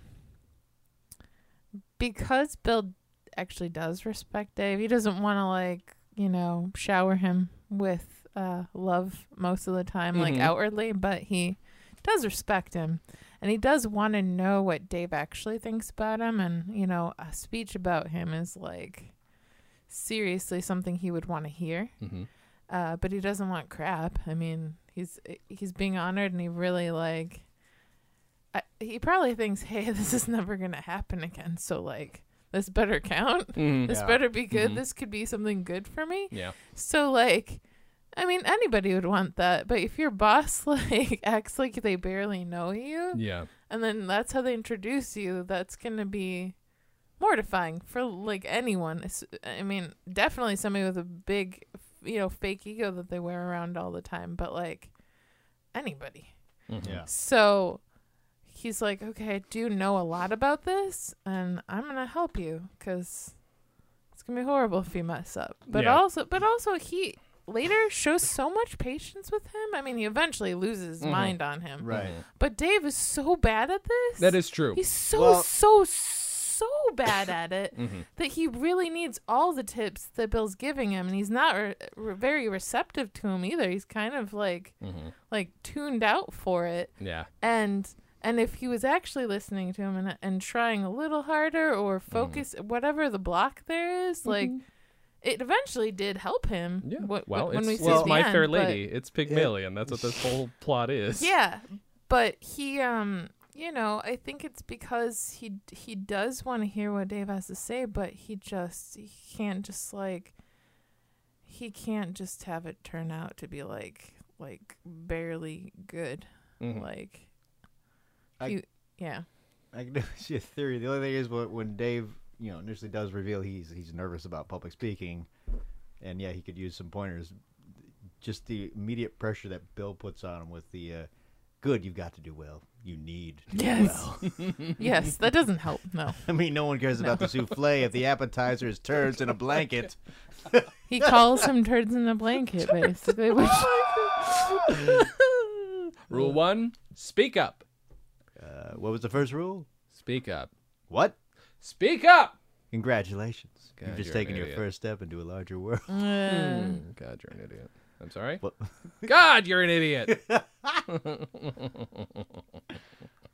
[SPEAKER 3] because Bill actually does respect Dave, he doesn't want to like you know shower him with uh, love most of the time, like
[SPEAKER 1] Mhm.
[SPEAKER 3] outwardly, but he does respect him. And he does want to know what Dave actually thinks about him. And, you know, a speech about him is like seriously something he would want to hear.
[SPEAKER 1] Mhm.
[SPEAKER 3] uh, but he doesn't want crap. I mean, he's he's being honored, and he really like. I, he probably thinks, "Hey, (laughs) this is never gonna happen again. So like, this better count. (laughs)
[SPEAKER 1] Mhm.
[SPEAKER 3] This
[SPEAKER 2] Yeah.
[SPEAKER 3] better be good.
[SPEAKER 1] Mhm.
[SPEAKER 3] This could be something good for me."
[SPEAKER 1] Yeah.
[SPEAKER 3] So like, I mean, anybody would want that. But if your boss (laughs) like acts like they barely know you,
[SPEAKER 1] Yeah.
[SPEAKER 3] and then that's how they introduce you, that's gonna be mortifying for like anyone. It's, I mean, definitely somebody with a big, you know, fake ego that they wear around all the time, but like anybody.
[SPEAKER 1] Mhm.
[SPEAKER 2] Yeah.
[SPEAKER 3] So he's like, okay, I do know a lot about this, and I'm gonna help you because it's gonna be horrible if you mess up. But
[SPEAKER 1] Yeah.
[SPEAKER 3] also, but also, he later shows so much patience with him. I mean, he eventually loses his
[SPEAKER 1] Mhm.
[SPEAKER 3] mind on him.
[SPEAKER 2] Right.
[SPEAKER 1] Mhm.
[SPEAKER 3] But Dave is so bad at this.
[SPEAKER 1] That is true.
[SPEAKER 3] He's so
[SPEAKER 2] Well- Mm-hmm.
[SPEAKER 3] so so
[SPEAKER 2] (coughs)
[SPEAKER 3] bad at it
[SPEAKER 1] Mhm.
[SPEAKER 3] that he really needs all the tips that Bill's giving him, and he's not re- re- very receptive to him either. He's kind of like
[SPEAKER 1] Mhm.
[SPEAKER 3] like tuned out for it,
[SPEAKER 1] Yeah.
[SPEAKER 3] and and if he was actually listening to him and and trying a little harder or
[SPEAKER 2] Mm-hmm.
[SPEAKER 3] focus whatever the block there is, like it eventually did help him.
[SPEAKER 1] Yeah.
[SPEAKER 3] wh- wh-
[SPEAKER 1] well,
[SPEAKER 3] when
[SPEAKER 1] it's,
[SPEAKER 3] we
[SPEAKER 1] it's
[SPEAKER 3] see
[SPEAKER 2] Well-
[SPEAKER 3] the
[SPEAKER 1] my
[SPEAKER 3] end,
[SPEAKER 1] fair
[SPEAKER 3] but-
[SPEAKER 1] lady. It's Pygmalion. That's what this whole plot is.
[SPEAKER 3] Yeah, but he, um, you know, I think it's because he he does want to hear what Dave has to say, but he just he can't just like he can't just have it turn out to be like like barely good,
[SPEAKER 1] Mhm.
[SPEAKER 3] like.
[SPEAKER 2] I-
[SPEAKER 3] he- yeah.
[SPEAKER 2] I can (laughs) see a theory. The only thing is wh- when Dave, you know, initially does reveal he's he's nervous about public speaking, and yeah, he could use some pointers. Just the immediate pressure that Bill puts on him with the uh, good, you've got to do well. You need. (laughs) to do
[SPEAKER 3] Yes. yes, that doesn't help. No.
[SPEAKER 2] I mean, no one cares about the souffle if the appetizer is turds in
[SPEAKER 1] (laughs)
[SPEAKER 2] a blanket.
[SPEAKER 3] He calls him turds in a blanket, basically. Which,
[SPEAKER 1] (laughs) Rule one: speak up.
[SPEAKER 2] Uh, what was the first rule?
[SPEAKER 1] Speak up.
[SPEAKER 2] What?
[SPEAKER 1] Speak up.
[SPEAKER 2] Congratulations.
[SPEAKER 1] God,
[SPEAKER 2] You've just
[SPEAKER 1] you're an
[SPEAKER 2] taken your
[SPEAKER 1] idiot.
[SPEAKER 2] first step into a larger world. (laughs)
[SPEAKER 3] uh,
[SPEAKER 1] God, you're an idiot. I'm sorry.
[SPEAKER 2] What-
[SPEAKER 1] (laughs) God, you're an idiot.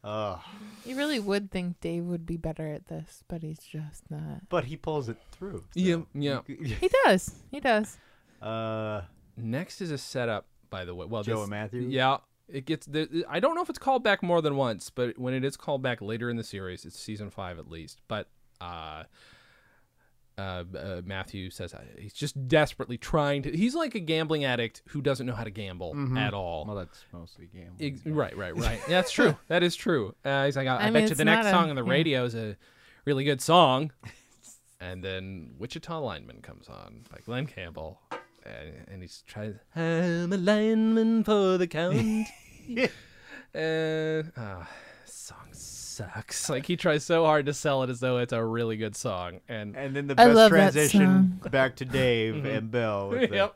[SPEAKER 2] Oh,
[SPEAKER 3] you really would think Dave would be better at this, but he's just not.
[SPEAKER 2] but he pulls it through.
[SPEAKER 1] yeah, yeah.
[SPEAKER 3] He does. He does.
[SPEAKER 2] (laughs) Uh,
[SPEAKER 1] Next is a setup, by the way. Well,
[SPEAKER 2] Joe
[SPEAKER 1] this-
[SPEAKER 2] and Matthew?
[SPEAKER 1] Yeah, it gets. The, I don't know if it's called back more than once, but when it is called back later in the series, it's season five at least. But uh, uh, uh, Matthew says uh, he's just desperately trying to. He's like a gambling addict who doesn't know how to gamble
[SPEAKER 2] Mm-hmm.
[SPEAKER 1] at all.
[SPEAKER 2] well, that's mostly game.
[SPEAKER 1] Ex- right, right, right. (laughs) That's true. That is true. Uh, he's like, I, I
[SPEAKER 3] I mean,
[SPEAKER 1] bet you
[SPEAKER 3] it's
[SPEAKER 1] the next
[SPEAKER 3] not a-
[SPEAKER 1] song on the
[SPEAKER 3] yeah.
[SPEAKER 1] radio is a really good
[SPEAKER 3] (laughs)
[SPEAKER 1] song. and then Wichita Lineman comes on by Glenn Campbell. And, and he's trying, I'm a lineman for the
[SPEAKER 3] (laughs)
[SPEAKER 1] count. (laughs) and oh, song sucks. Like he tries so hard to sell it as though it's a really good song. And
[SPEAKER 2] and then the
[SPEAKER 3] I
[SPEAKER 2] best
[SPEAKER 3] love that
[SPEAKER 2] transition back to Dave and Bill. with the,
[SPEAKER 1] Mm-hmm. yep.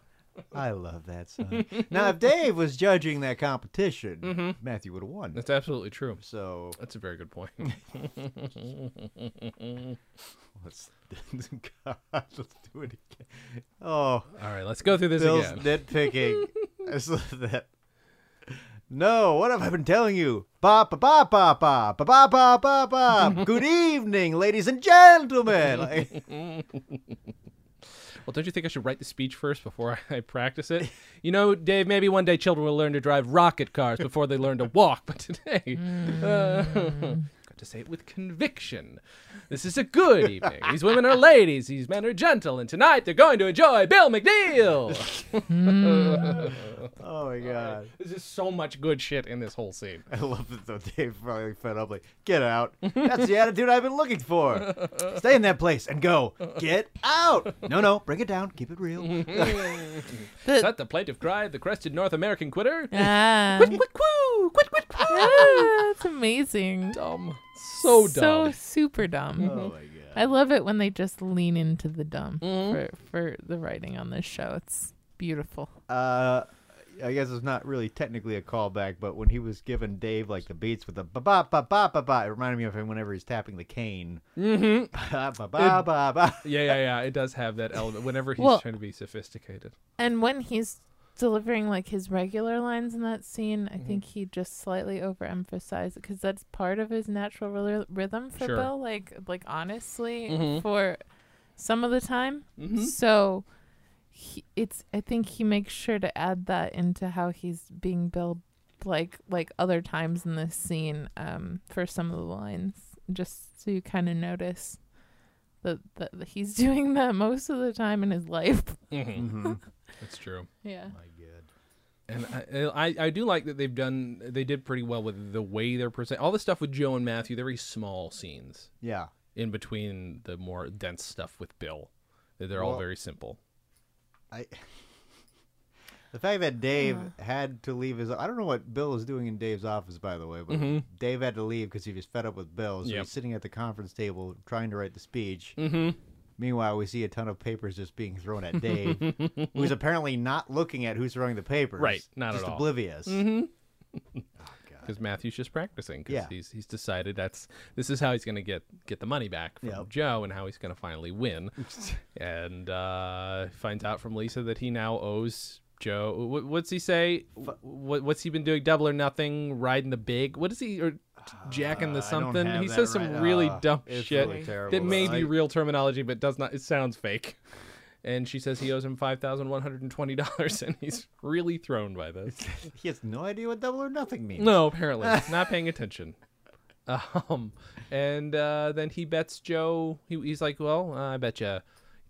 [SPEAKER 2] I love
[SPEAKER 1] (laughs)
[SPEAKER 2] that song. now, if Dave was judging that competition, Matthew would have won.
[SPEAKER 1] Mm-hmm. That's absolutely true.
[SPEAKER 2] So
[SPEAKER 1] That's a very good point. (laughs)
[SPEAKER 2] let's, (laughs) God, let's do it again. Oh,
[SPEAKER 1] All right, let's go through this
[SPEAKER 2] Bill's
[SPEAKER 1] again. (laughs)
[SPEAKER 2] nitpicking. I just love that. No, what have I been telling you? Ba ba ba ba ba ba ba ba ba
[SPEAKER 1] (laughs)
[SPEAKER 2] ba. Good evening, ladies and gentlemen. Like,
[SPEAKER 1] Well, don't you think I should write the speech first before (laughs) I practice it? You know, Dave, maybe one day children will learn to drive rocket cars before they learn to walk, but today,
[SPEAKER 3] Hmm.
[SPEAKER 1] uh, (laughs) got to say it with conviction. This is a good evening. These women are ladies, these men are gentle, and tonight they're going to enjoy Bill McNeil.
[SPEAKER 2] oh my god,
[SPEAKER 1] There's just so much good shit in this whole scene.
[SPEAKER 2] (laughs)
[SPEAKER 3] Uh,
[SPEAKER 2] I love that. Though Dave finally fed up. Like, get out. That's the attitude I've been looking for. Stay in that place and go. Get out. No, no, bring it down. Keep it (laughs) real.
[SPEAKER 1] Is that the plaintive cry of the crested North American quitter?
[SPEAKER 3] (laughs)
[SPEAKER 1] (laughs)
[SPEAKER 3] Ah.
[SPEAKER 1] Quit quoo! Quit quit quoo!
[SPEAKER 3] Ah, that's amazing.
[SPEAKER 1] Dumb. So
[SPEAKER 3] So
[SPEAKER 1] dumb.
[SPEAKER 3] super dumb. Mhm.
[SPEAKER 2] Oh my god.
[SPEAKER 3] I love it when they just lean into the dumb
[SPEAKER 1] Mm-hmm.
[SPEAKER 3] for, for the writing on this show. It's beautiful.
[SPEAKER 2] uh, I guess it's not really technically a callback, but when he was giving Dave like the beats with the ba ba ba ba ba ba, it reminded me of him whenever he's tapping the cane. (laughs)
[SPEAKER 3] (laughs)
[SPEAKER 2] Mm-hmm. Ba ba ba ba ba.
[SPEAKER 1] Yeah, yeah, yeah. It does have that element whenever he's
[SPEAKER 3] Well-
[SPEAKER 1] trying to be sophisticated.
[SPEAKER 3] And when he's delivering like his regular lines in that scene, I think
[SPEAKER 1] Mm-hmm.
[SPEAKER 3] he just slightly overemphasized because that's part of his natural rhythm- rhythm for
[SPEAKER 1] Sure.
[SPEAKER 3] Bill. Like, like honestly,
[SPEAKER 1] Mhm.
[SPEAKER 3] for some of the time.
[SPEAKER 1] Mhm.
[SPEAKER 3] So he, it's I think he makes sure to add that into how he's being Bill, like like other times in this scene. Um, for some of the lines, just so you kind of notice. That, that that he's (laughs) doing that most of the time in his life.
[SPEAKER 1] (laughs) Mm-hmm.
[SPEAKER 2] Mm-hmm.
[SPEAKER 1] That's true.
[SPEAKER 3] Yeah.
[SPEAKER 2] My god.
[SPEAKER 1] And I, I, I do like that they've done, they did pretty well with the way they're present. All the stuff with Joe and Matthew, they're very small scenes
[SPEAKER 2] Yeah.
[SPEAKER 1] in between the more dense stuff with Bill. They're they're all
[SPEAKER 2] Well-
[SPEAKER 1] very simple.
[SPEAKER 2] I. The fact that Dave had to leave his I don't know what Bill is doing in Dave's office by the way, but Dave had to leave because he was fed up with Bill. So
[SPEAKER 1] Mm-hmm. Yep.
[SPEAKER 2] he's sitting at the conference table trying to write the speech.
[SPEAKER 1] Mm-hmm.
[SPEAKER 2] Meanwhile, we see a ton of papers just being thrown at
[SPEAKER 1] (laughs)
[SPEAKER 2] Dave, who's apparently not looking at who's throwing the papers.
[SPEAKER 1] Right, not at
[SPEAKER 2] just
[SPEAKER 1] all. Mm-hmm.
[SPEAKER 2] oblivious.
[SPEAKER 1] Because Matthew's just practicing. Because
[SPEAKER 2] Yeah.
[SPEAKER 1] he's, he's decided that's, this is how he's going to get, get the money back from
[SPEAKER 2] Yep.
[SPEAKER 1] Joe and how he's going to finally
[SPEAKER 2] (laughs)
[SPEAKER 1] win. and uh, finds out from Lisa that he now owes Joe. What, what's he say? What, what's he been doing? Double or nothing? Riding the big? What is he? Or jacking the
[SPEAKER 2] Uh, I don't
[SPEAKER 1] something?
[SPEAKER 2] have
[SPEAKER 1] He
[SPEAKER 2] that
[SPEAKER 1] says some
[SPEAKER 2] right-
[SPEAKER 1] really
[SPEAKER 2] uh,
[SPEAKER 1] dumb
[SPEAKER 2] it's
[SPEAKER 1] shit
[SPEAKER 2] really terrible,
[SPEAKER 1] that may
[SPEAKER 2] though.
[SPEAKER 1] be
[SPEAKER 2] I-
[SPEAKER 1] real terminology, but does not. It sounds fake. And she says he owes him five thousand one hundred and twenty dollars, and he's really thrown by this.
[SPEAKER 2] (laughs) He has no idea what double or nothing means.
[SPEAKER 1] No, apparently not paying attention. (laughs) Um, and uh, then he bets Joe. He, he's like, "Well, uh, I bet you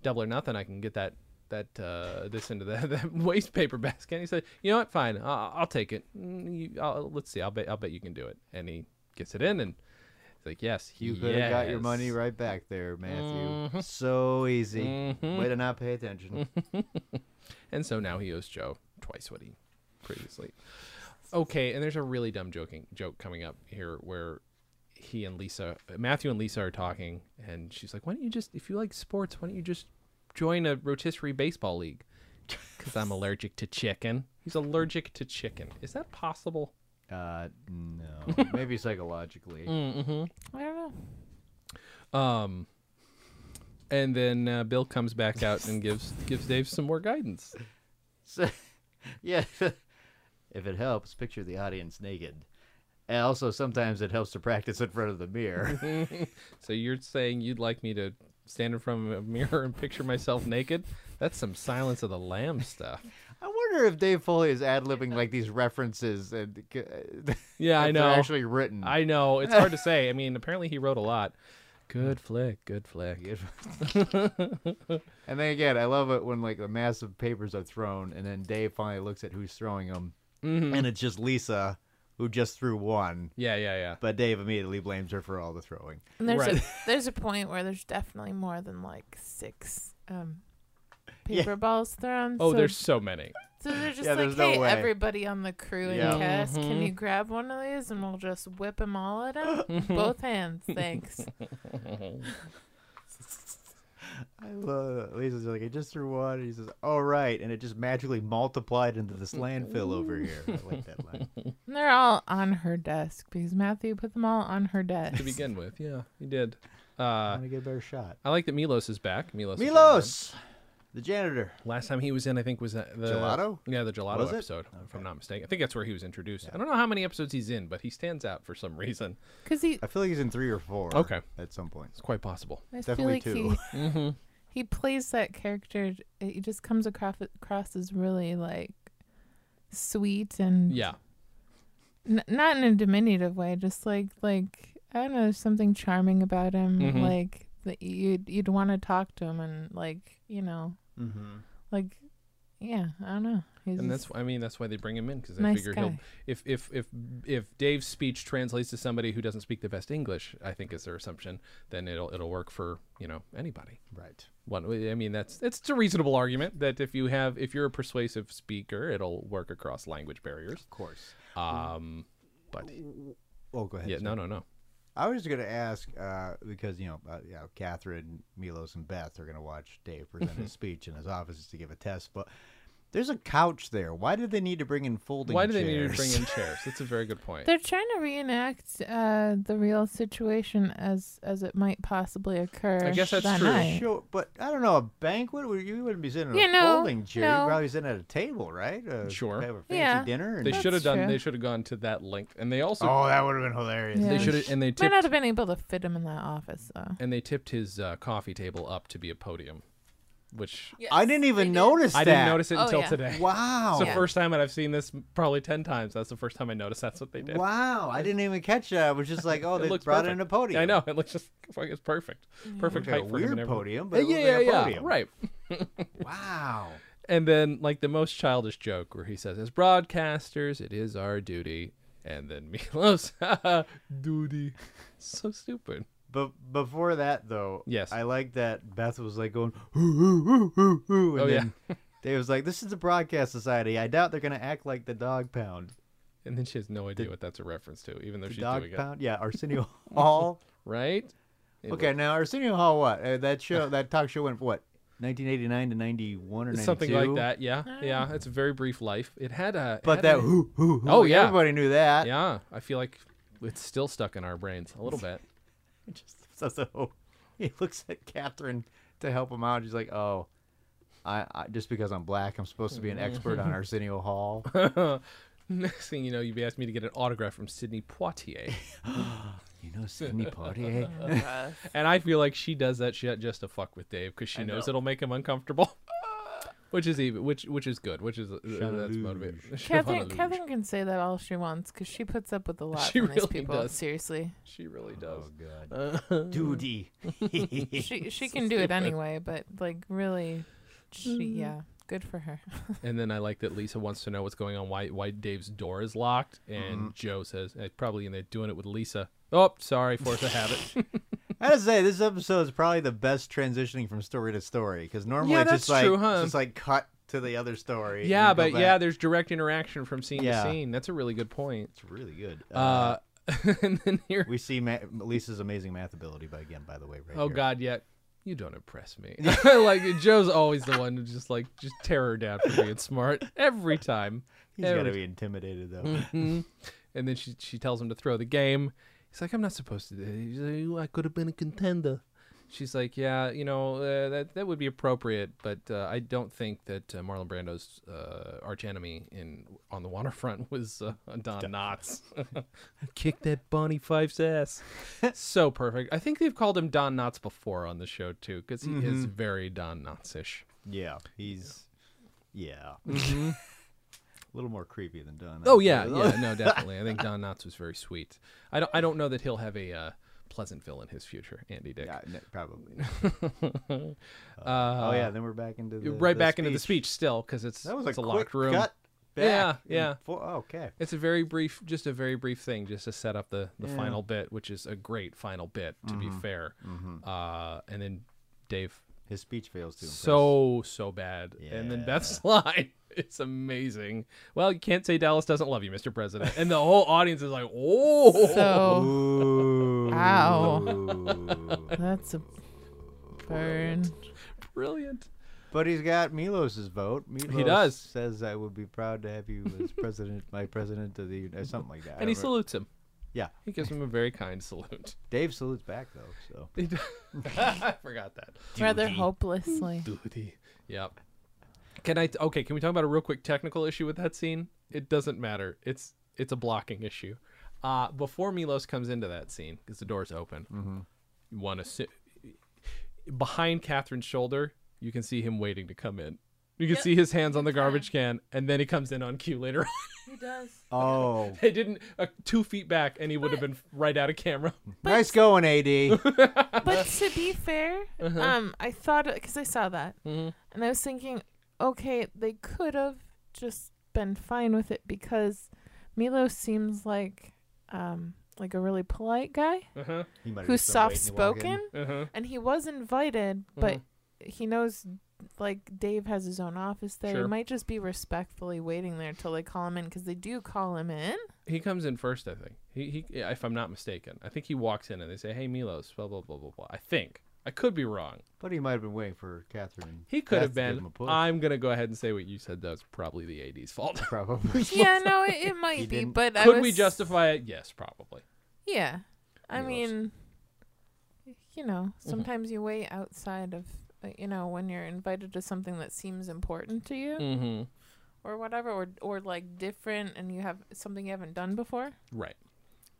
[SPEAKER 1] double or nothing. I can get that that uh, this into (laughs) that, that waste paper basket." And he said, "You know what? Fine, I'll, I'll take it. Mm, You, I'll, let's see. I'll bet. I'll bet you can do it." And he gets it in, and he's like, "Yes, Mm-hmm.
[SPEAKER 2] You could have got your money right back there, Matthew. So easy. Way to not pay attention.
[SPEAKER 1] And so now he owes Joe twice what he previously. okay, and there's a really dumb joking joke coming up here where he and Lisa, Matthew and Lisa are talking, and she's like, "Why don't you just, if you like sports, why don't you just join a rotisserie baseball league?" (laughs) Because I'm allergic to chicken. He's allergic to chicken. Is that possible?
[SPEAKER 2] Uh,
[SPEAKER 1] (laughs)
[SPEAKER 2] no. Maybe psychologically.
[SPEAKER 3] I don't know.
[SPEAKER 1] Um, and then uh, Bill comes back out and gives gives Dave some more guidance.
[SPEAKER 2] So, (laughs) yeah. if it helps, picture the audience naked. And also, sometimes it helps to practice in front of
[SPEAKER 1] (laughs)
[SPEAKER 2] the mirror. (laughs)
[SPEAKER 1] So you're saying you'd like me to stand in front of a mirror and picture myself naked? That's some Silence of the Lamb stuff.
[SPEAKER 2] I wonder if Dave Foley is ad libbing like these references and (laughs) uh,
[SPEAKER 1] Yeah, I
[SPEAKER 2] if they're
[SPEAKER 1] know.
[SPEAKER 2] actually written. (laughs)
[SPEAKER 1] I know it's hard to say. I (laughs) mean, apparently he wrote a lot. Good flick, good flick.
[SPEAKER 2] and then again, I love it when like the massive papers are thrown, and then Dave finally looks at who's throwing them,
[SPEAKER 1] Mm-hmm.
[SPEAKER 2] and it's just Lisa who just threw one.
[SPEAKER 1] Yeah, yeah, yeah.
[SPEAKER 2] But Dave immediately blames her for all the throwing.
[SPEAKER 3] And there's
[SPEAKER 1] Right.
[SPEAKER 3] a (laughs) there's a point where there's definitely more than like six um
[SPEAKER 2] Yeah.
[SPEAKER 3] paper balls thrown.
[SPEAKER 1] Oh, (laughs)
[SPEAKER 3] so,
[SPEAKER 1] there's so many.
[SPEAKER 3] so they're just
[SPEAKER 2] Yeah,
[SPEAKER 3] like,
[SPEAKER 2] there's no
[SPEAKER 3] hey,
[SPEAKER 2] way."
[SPEAKER 3] everybody on the crew and
[SPEAKER 2] Yeah.
[SPEAKER 3] cast,
[SPEAKER 1] Mm-hmm.
[SPEAKER 3] can you grab one of these and we'll just whip them all
[SPEAKER 1] (laughs)
[SPEAKER 3] at him,
[SPEAKER 1] Mm-hmm.
[SPEAKER 3] both hands, thanks.
[SPEAKER 2] I love it. Lisa's like, I just threw one. And he says, all right. And it just magically multiplied into this landfill over here. I like (laughs) that line.
[SPEAKER 3] And they're all on her desk because Matthew put them all on her desk.
[SPEAKER 1] To begin with, yeah, he did.
[SPEAKER 2] I'm
[SPEAKER 1] Uh,
[SPEAKER 2] going to get a better shot.
[SPEAKER 1] I like that Milos is back. Milos. is back.
[SPEAKER 2] Milos, the janitor.
[SPEAKER 1] Last time he was in, I think was at the
[SPEAKER 2] Gelato?
[SPEAKER 1] Yeah, the gelato
[SPEAKER 2] Was it?
[SPEAKER 1] episode, if I'm not mistaken. I think that's where he was introduced. I don't know how many episodes he's in, but he stands out for some reason.
[SPEAKER 3] Because he,
[SPEAKER 2] I feel like he's in three or four.
[SPEAKER 1] Okay.
[SPEAKER 2] At some point.
[SPEAKER 1] It's quite possible.
[SPEAKER 3] I just feel
[SPEAKER 2] Definitely
[SPEAKER 3] like
[SPEAKER 1] (laughs)
[SPEAKER 3] he,
[SPEAKER 2] two.
[SPEAKER 1] Mm-hmm.
[SPEAKER 3] he plays that character. He just comes across, across as really like sweet and
[SPEAKER 1] Yeah,
[SPEAKER 3] N- not in a diminutive way, just like like I don't know, there's something charming about him.
[SPEAKER 1] Mhm.
[SPEAKER 3] Like that you'd you'd want to talk to him and like you know
[SPEAKER 2] Mm-hmm.
[SPEAKER 3] like yeah I don't know. He's
[SPEAKER 1] and
[SPEAKER 3] just-
[SPEAKER 1] that's I mean that's why they bring him in because they
[SPEAKER 3] Nice
[SPEAKER 1] figure he'll
[SPEAKER 3] guy.
[SPEAKER 1] if if if if Dave's speech translates to somebody who doesn't speak the best English, I think is their assumption, then it'll it'll work for you know anybody.
[SPEAKER 2] Right.
[SPEAKER 1] One, I mean that's it's a reasonable argument that if you have if you're a persuasive speaker, it'll work across language barriers.
[SPEAKER 2] Of course.
[SPEAKER 1] Um, but
[SPEAKER 2] Oh, go ahead.
[SPEAKER 1] yeah,
[SPEAKER 2] sir.
[SPEAKER 1] no, no, no.
[SPEAKER 2] I was just going to ask uh, because, you know, uh, you know, Catherine, Milos, and Beth are going to watch Dave
[SPEAKER 1] (laughs)
[SPEAKER 2] present his speech in his office to give a test. But there's a couch there. Why did they need to bring in folding
[SPEAKER 1] Why do
[SPEAKER 2] chairs?
[SPEAKER 1] they need to bring
[SPEAKER 2] (laughs)
[SPEAKER 1] in chairs? That's a very good point.
[SPEAKER 3] they're trying to reenact uh, the real situation as as it might possibly occur.
[SPEAKER 1] I guess that's
[SPEAKER 3] that
[SPEAKER 1] true.
[SPEAKER 3] night.
[SPEAKER 2] Sure, but I don't know a banquet where you wouldn't be sitting at
[SPEAKER 3] Yeah,
[SPEAKER 2] a
[SPEAKER 3] no,
[SPEAKER 2] folding chair.
[SPEAKER 3] no.
[SPEAKER 2] You'd probably be sitting at a table, right? Uh,
[SPEAKER 1] Sure.
[SPEAKER 2] Have a fancy
[SPEAKER 3] Yeah.
[SPEAKER 2] dinner. And...
[SPEAKER 1] They should have
[SPEAKER 3] That's
[SPEAKER 1] done.
[SPEAKER 3] true.
[SPEAKER 1] They should have gone to that length, and they also
[SPEAKER 2] oh, that would have been hilarious.
[SPEAKER 3] Yeah.
[SPEAKER 1] they should have and they
[SPEAKER 3] Might not
[SPEAKER 1] tipped
[SPEAKER 3] have been able to fit him in that office though.
[SPEAKER 1] and they tipped his uh, coffee table up to be a podium, which
[SPEAKER 2] I didn't even notice
[SPEAKER 1] I
[SPEAKER 2] that.
[SPEAKER 1] didn't notice it
[SPEAKER 3] Oh,
[SPEAKER 1] until
[SPEAKER 3] yeah.
[SPEAKER 1] today.
[SPEAKER 2] Wow.
[SPEAKER 1] It's the
[SPEAKER 3] Yeah.
[SPEAKER 1] first time, and I've seen this probably ten times. That's the first time I noticed that's what they did.
[SPEAKER 2] Wow. I didn't even catch that. I was just like,
[SPEAKER 1] (laughs)
[SPEAKER 2] oh,
[SPEAKER 1] It
[SPEAKER 2] they brought
[SPEAKER 1] looks
[SPEAKER 2] in
[SPEAKER 1] perfect.
[SPEAKER 2] a podium.
[SPEAKER 1] I know it looks just fuck, it's perfect, perfect
[SPEAKER 2] Looks
[SPEAKER 1] height
[SPEAKER 2] like a
[SPEAKER 1] for him and
[SPEAKER 2] weird
[SPEAKER 1] everything.
[SPEAKER 2] podium, but it
[SPEAKER 1] yeah,
[SPEAKER 2] looked
[SPEAKER 1] yeah,
[SPEAKER 2] like a
[SPEAKER 1] yeah,
[SPEAKER 2] podium.
[SPEAKER 1] right.
[SPEAKER 2] Wow.
[SPEAKER 1] And then like the most childish joke where he says, "As broadcasters, it is our duty," and then Milos, (laughs) duty, so stupid.
[SPEAKER 2] But before that, though,
[SPEAKER 1] Yes.
[SPEAKER 2] I like that Beth was like going, hoo, hoo, hoo, hoo, hoo, and
[SPEAKER 1] Oh, yeah.
[SPEAKER 2] then Dave was like, this is the Broadcast Society. I doubt they're going to act like the Dog Pound.
[SPEAKER 1] And then she has no idea what that's a reference to, even though
[SPEAKER 2] The
[SPEAKER 1] Oh, she's
[SPEAKER 2] Dog
[SPEAKER 1] doing it.
[SPEAKER 2] Pound? Yeah,
[SPEAKER 1] (laughs)
[SPEAKER 2] Arsenio (laughs) Hall.
[SPEAKER 1] Right? It
[SPEAKER 2] Okay,
[SPEAKER 1] was
[SPEAKER 2] now Arsenio Hall, what? Uh, that show, that talk show went, what, 1989 to 91 or 92?
[SPEAKER 1] Something like that. Yeah. Yeah. It's a very brief life. It had a. it
[SPEAKER 2] But
[SPEAKER 1] had
[SPEAKER 2] that
[SPEAKER 1] a-
[SPEAKER 2] hoo, hoo, hoo.
[SPEAKER 1] Oh,
[SPEAKER 2] like,
[SPEAKER 1] yeah.
[SPEAKER 2] Everybody knew that.
[SPEAKER 1] yeah. I feel like it's still stuck in our brains a little bit.
[SPEAKER 2] (laughs) Just so, so he looks at Catherine to help him out. He's like, "Oh, I, I just because I'm black, I'm supposed to be an expert
[SPEAKER 1] (laughs)
[SPEAKER 2] on Arsenio Hall."
[SPEAKER 1] Next thing you know, you'd be asking me to get an autograph from Sidney (laughs) Poitier.
[SPEAKER 2] you know, Sidney (laughs) Poitier.
[SPEAKER 1] and I feel like she does that shit just to fuck with Dave because she knows it'll make him uncomfortable. (laughs) Which is even, which which is good, which is uh, that's motivating. (laughs)
[SPEAKER 3] Catherine,
[SPEAKER 1] Chavaluge.
[SPEAKER 3] Catherine can say that all she wants because she puts up with a lot
[SPEAKER 1] She
[SPEAKER 3] from these
[SPEAKER 1] really
[SPEAKER 3] people.
[SPEAKER 1] does.
[SPEAKER 3] Seriously,
[SPEAKER 1] (laughs) she really does.
[SPEAKER 2] oh God, duty.
[SPEAKER 3] she she can do it anyway, but like really, she
[SPEAKER 1] Mm.
[SPEAKER 3] yeah, good for her.
[SPEAKER 1] And then I like that Lisa wants to know what's going on, why why Dave's door is locked, and Joe says eh, probably and they're doing it with Lisa. Oh, sorry, force of habit. (laughs)
[SPEAKER 2] I gotta say, this episode is probably the best transitioning from story to story because normally
[SPEAKER 1] Yeah,
[SPEAKER 2] it's just
[SPEAKER 1] that's
[SPEAKER 2] like
[SPEAKER 1] true, huh?
[SPEAKER 2] it's just like cut to the other story.
[SPEAKER 1] Yeah,
[SPEAKER 2] and go
[SPEAKER 1] but
[SPEAKER 2] back.
[SPEAKER 1] yeah, there's direct interaction from scene
[SPEAKER 2] Yeah.
[SPEAKER 1] to scene. That's a really good point.
[SPEAKER 2] it's really good. Uh,
[SPEAKER 1] Uh, (laughs) and then here,
[SPEAKER 2] we see Ma- Lisa's amazing math ability by again, by the way, right
[SPEAKER 1] oh
[SPEAKER 2] here.
[SPEAKER 1] God, yet you don't impress me. (laughs) like Joe's always the one who just like just tear her down for being smart every time.
[SPEAKER 2] he's
[SPEAKER 1] Every
[SPEAKER 2] got to be intimidated though.
[SPEAKER 1] Mhm. and then she she tells him to throw the game. He's like, I'm not supposed to. do that." He's like, "Ooh, I could have been a contender. She's like, yeah, you know, uh, that that would be appropriate, but uh, I don't think that uh, Marlon Brando's uh, arch enemy in on the waterfront (laughs) was uh, Don Knotts. (laughs) Kick that Bonnie Fife's ass. (laughs) so perfect. I think they've called him Don Knotts before on the show too, because he is very Don Knotts-ish.
[SPEAKER 2] Yeah, he's yeah, (laughs) a little more creepy than Don.
[SPEAKER 1] Mm-hmm. Oh yeah, yeah,
[SPEAKER 2] (laughs)
[SPEAKER 1] no, definitely. I think Don Knotts was very sweet. I don't, I don't know that he'll have a uh, Pleasantville in his future, Andy Dick.
[SPEAKER 2] Yeah, no, probably. Not.
[SPEAKER 1] (laughs)
[SPEAKER 2] Uh, oh yeah, then we're back into the,
[SPEAKER 1] Uh, right back into the speech still because it's
[SPEAKER 2] That was
[SPEAKER 1] it's
[SPEAKER 2] a,
[SPEAKER 1] a,
[SPEAKER 2] quick
[SPEAKER 1] locked room.
[SPEAKER 2] cut.
[SPEAKER 1] Yeah,
[SPEAKER 2] back and
[SPEAKER 1] yeah.
[SPEAKER 2] fo- oh, okay.
[SPEAKER 1] It's a very brief, just a very brief thing, just to set up the the final bit, which is a great final bit to
[SPEAKER 2] Mm-hmm.
[SPEAKER 1] be fair. Uh, and then Dave
[SPEAKER 2] His speech fails to impress.
[SPEAKER 1] so so bad, and then Beth's (laughs) line. It's amazing. Well, you can't say Dallas doesn't love you, Mr. President. And the whole audience is like, (laughs) oh.
[SPEAKER 2] (laughs)
[SPEAKER 3] So
[SPEAKER 2] Ooh.
[SPEAKER 3] Ow. that's a burn.
[SPEAKER 1] brilliant.
[SPEAKER 2] (laughs) But he's got Milos's vote. Milos
[SPEAKER 1] does.
[SPEAKER 2] Says I would be proud to have you as president, my president of the uni- or something like that. I
[SPEAKER 1] And he
[SPEAKER 2] don't remember.
[SPEAKER 1] salutes him.
[SPEAKER 2] yeah.
[SPEAKER 1] He gives him a very kind salute. (laughs)
[SPEAKER 2] Dave salutes back though. So
[SPEAKER 1] He does- (laughs) I forgot that.
[SPEAKER 3] Rather hopelessly.
[SPEAKER 1] Yep. Can I? Okay. Can we talk about a real quick technical issue with that scene? It doesn't matter. It's it's a blocking issue. Uh, before Milos comes into that scene, because the door's open, you want to sit behind Catherine's shoulder. You can see him waiting to come in. You can see his hands on the garbage can, and then he comes in on cue later. (laughs) on.
[SPEAKER 3] He does.
[SPEAKER 2] oh,
[SPEAKER 1] they didn't uh, two feet back, and he would have been right out of camera.
[SPEAKER 2] (laughs) nice going, AD.
[SPEAKER 3] but to be fair, um, I thought because I saw that, and I was thinking, okay, they could have just been fine with it because Milo seems like, um, like a really polite guy
[SPEAKER 2] He might have
[SPEAKER 3] who's
[SPEAKER 2] just been waiting
[SPEAKER 3] soft
[SPEAKER 2] to walk in.
[SPEAKER 3] spoken,
[SPEAKER 1] Uh-huh.
[SPEAKER 3] and he was invited, but he knows. Like Dave has his own office there.
[SPEAKER 1] Sure.
[SPEAKER 3] He might just be respectfully waiting there till they call him in because they do call him in.
[SPEAKER 1] he comes in first, I think. He, he, yeah, if I'm not mistaken, I think he walks in and they say, "Hey, Milos," blah blah blah blah blah. I think I could be wrong.
[SPEAKER 2] But he might have been waiting for Catherine. (laughs)
[SPEAKER 1] He could
[SPEAKER 2] Beth
[SPEAKER 1] have
[SPEAKER 2] to give him
[SPEAKER 1] been.
[SPEAKER 2] a push.
[SPEAKER 1] I'm gonna go ahead and say what you said. That's probably the AD's fault. (laughs)
[SPEAKER 2] probably.
[SPEAKER 3] yeah, no, it, it might
[SPEAKER 2] He
[SPEAKER 3] be,
[SPEAKER 2] didn't-
[SPEAKER 3] but I
[SPEAKER 1] could we
[SPEAKER 3] was-
[SPEAKER 1] justify it? Yes, probably.
[SPEAKER 3] Yeah. I
[SPEAKER 1] Yes.
[SPEAKER 3] mean, you know,
[SPEAKER 1] Mm-hmm.
[SPEAKER 3] sometimes you wait outside of, uh, you know, when you're invited to something that seems important to you
[SPEAKER 1] Mm-hmm.
[SPEAKER 3] or whatever, or, or like different and you have something you haven't done before.
[SPEAKER 1] Right.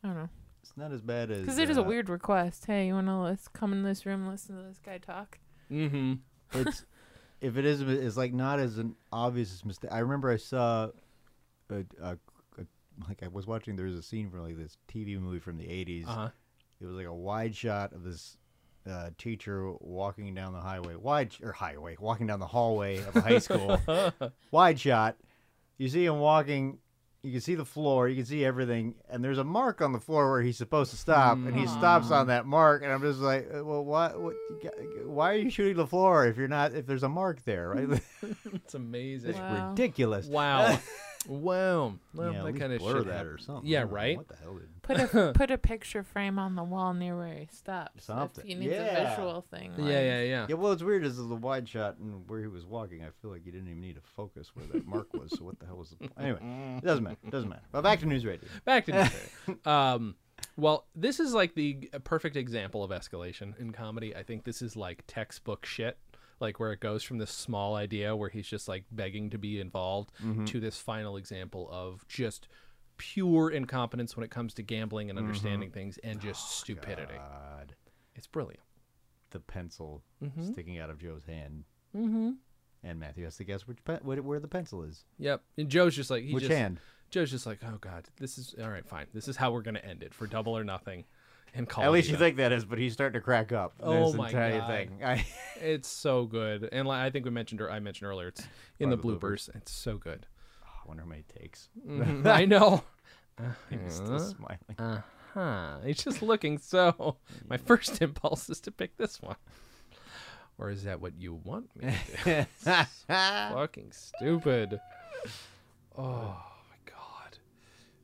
[SPEAKER 3] I don't know.
[SPEAKER 2] It's not as bad as
[SPEAKER 3] Because it is a
[SPEAKER 2] uh,
[SPEAKER 3] weird request. Hey, you want to let's come in this room, listen to this
[SPEAKER 1] (laughs)
[SPEAKER 3] guy talk?
[SPEAKER 1] Mm-hmm.
[SPEAKER 3] (laughs)
[SPEAKER 2] it's if it is it's like not as an obvious as mistake. I remember I saw a, a, a like I was watching there was a scene from like this TV movie from the 80s.
[SPEAKER 1] Uh-huh.
[SPEAKER 2] It was like a wide shot of this uh, teacher walking down the highway, wide sh- or highway, walking down the hallway of a high school. wide shot. You see him walking. You can see the floor. You can see everything. And there's a mark on the floor where he's supposed to stop, and he stops
[SPEAKER 1] Mm.
[SPEAKER 2] on that mark. And I'm just like, uh, well, why? What, why are you shooting the floor if you're not? If there's a mark there, right?
[SPEAKER 1] (laughs)
[SPEAKER 2] (laughs)
[SPEAKER 1] It's amazing.
[SPEAKER 3] Wow.
[SPEAKER 2] Ridiculous.
[SPEAKER 1] Mm.
[SPEAKER 2] (laughs)
[SPEAKER 1] Wow. wow. Well,
[SPEAKER 2] yeah, at
[SPEAKER 1] that
[SPEAKER 2] least
[SPEAKER 1] kind of
[SPEAKER 2] blur
[SPEAKER 1] shit.
[SPEAKER 2] that
[SPEAKER 1] hap-
[SPEAKER 2] or something. I
[SPEAKER 1] Yeah.
[SPEAKER 2] don't know.
[SPEAKER 1] Right.
[SPEAKER 2] What the hell? Did,
[SPEAKER 3] Put a put a picture frame on the wall near where he stops.
[SPEAKER 2] Something.
[SPEAKER 3] If he needs a
[SPEAKER 2] Yeah.
[SPEAKER 3] visual thing.
[SPEAKER 1] Yeah.
[SPEAKER 3] like-
[SPEAKER 1] Yeah. Yeah.
[SPEAKER 2] yeah. Well, it's weird is the wide shot and where he was walking. I feel like you didn't even need to focus where that mark was. So what the hell was the point? Anyway, it doesn't matter. It doesn't matter. Well, back to news radio. (laughs)
[SPEAKER 1] Back to Newsday. um, well, this is like the perfect example of escalation in comedy. I think this is like textbook shit. Like where it goes from this small idea where he's just like begging to be involved
[SPEAKER 2] Mm-hmm.
[SPEAKER 1] to this final example of just pure incompetence when it comes to gambling and understanding things and just stupidity.
[SPEAKER 2] Mm-hmm. Oh, God.
[SPEAKER 1] It's brilliant.
[SPEAKER 2] the pencil
[SPEAKER 1] Mm-hmm.
[SPEAKER 2] sticking out of Joe's hand. Mm-hmm. And Matthew has to guess which pe- where, where the pencil is.
[SPEAKER 1] Yep. And Joe's just like he
[SPEAKER 2] which
[SPEAKER 1] just,
[SPEAKER 2] hand?
[SPEAKER 1] Joe's just like, oh god, this is all right. Fine, this is how we're gonna end it for double or nothing. And call
[SPEAKER 2] At least
[SPEAKER 1] it
[SPEAKER 2] you
[SPEAKER 1] even.
[SPEAKER 2] think that is, but he's starting to crack up.
[SPEAKER 1] Oh
[SPEAKER 2] this
[SPEAKER 1] my
[SPEAKER 2] entire
[SPEAKER 1] God.
[SPEAKER 2] thing. (laughs) I,
[SPEAKER 1] It's so good, and like, I think we mentioned or I mentioned earlier,
[SPEAKER 2] (laughs)
[SPEAKER 1] it's in the
[SPEAKER 2] Part of the Mm-hmm.
[SPEAKER 1] bloopers. It's so good.
[SPEAKER 2] I wonder how many takes.
[SPEAKER 1] (laughs) I know.
[SPEAKER 2] He's still
[SPEAKER 1] Uh-huh.
[SPEAKER 2] smiling.
[SPEAKER 1] (laughs)
[SPEAKER 2] (laughs) Mm.
[SPEAKER 1] Huh? He's just looking so. My first impulse is to pick this one. Or is that what you want me
[SPEAKER 2] (laughs)
[SPEAKER 1] to do? Fucking stupid. Oh my god.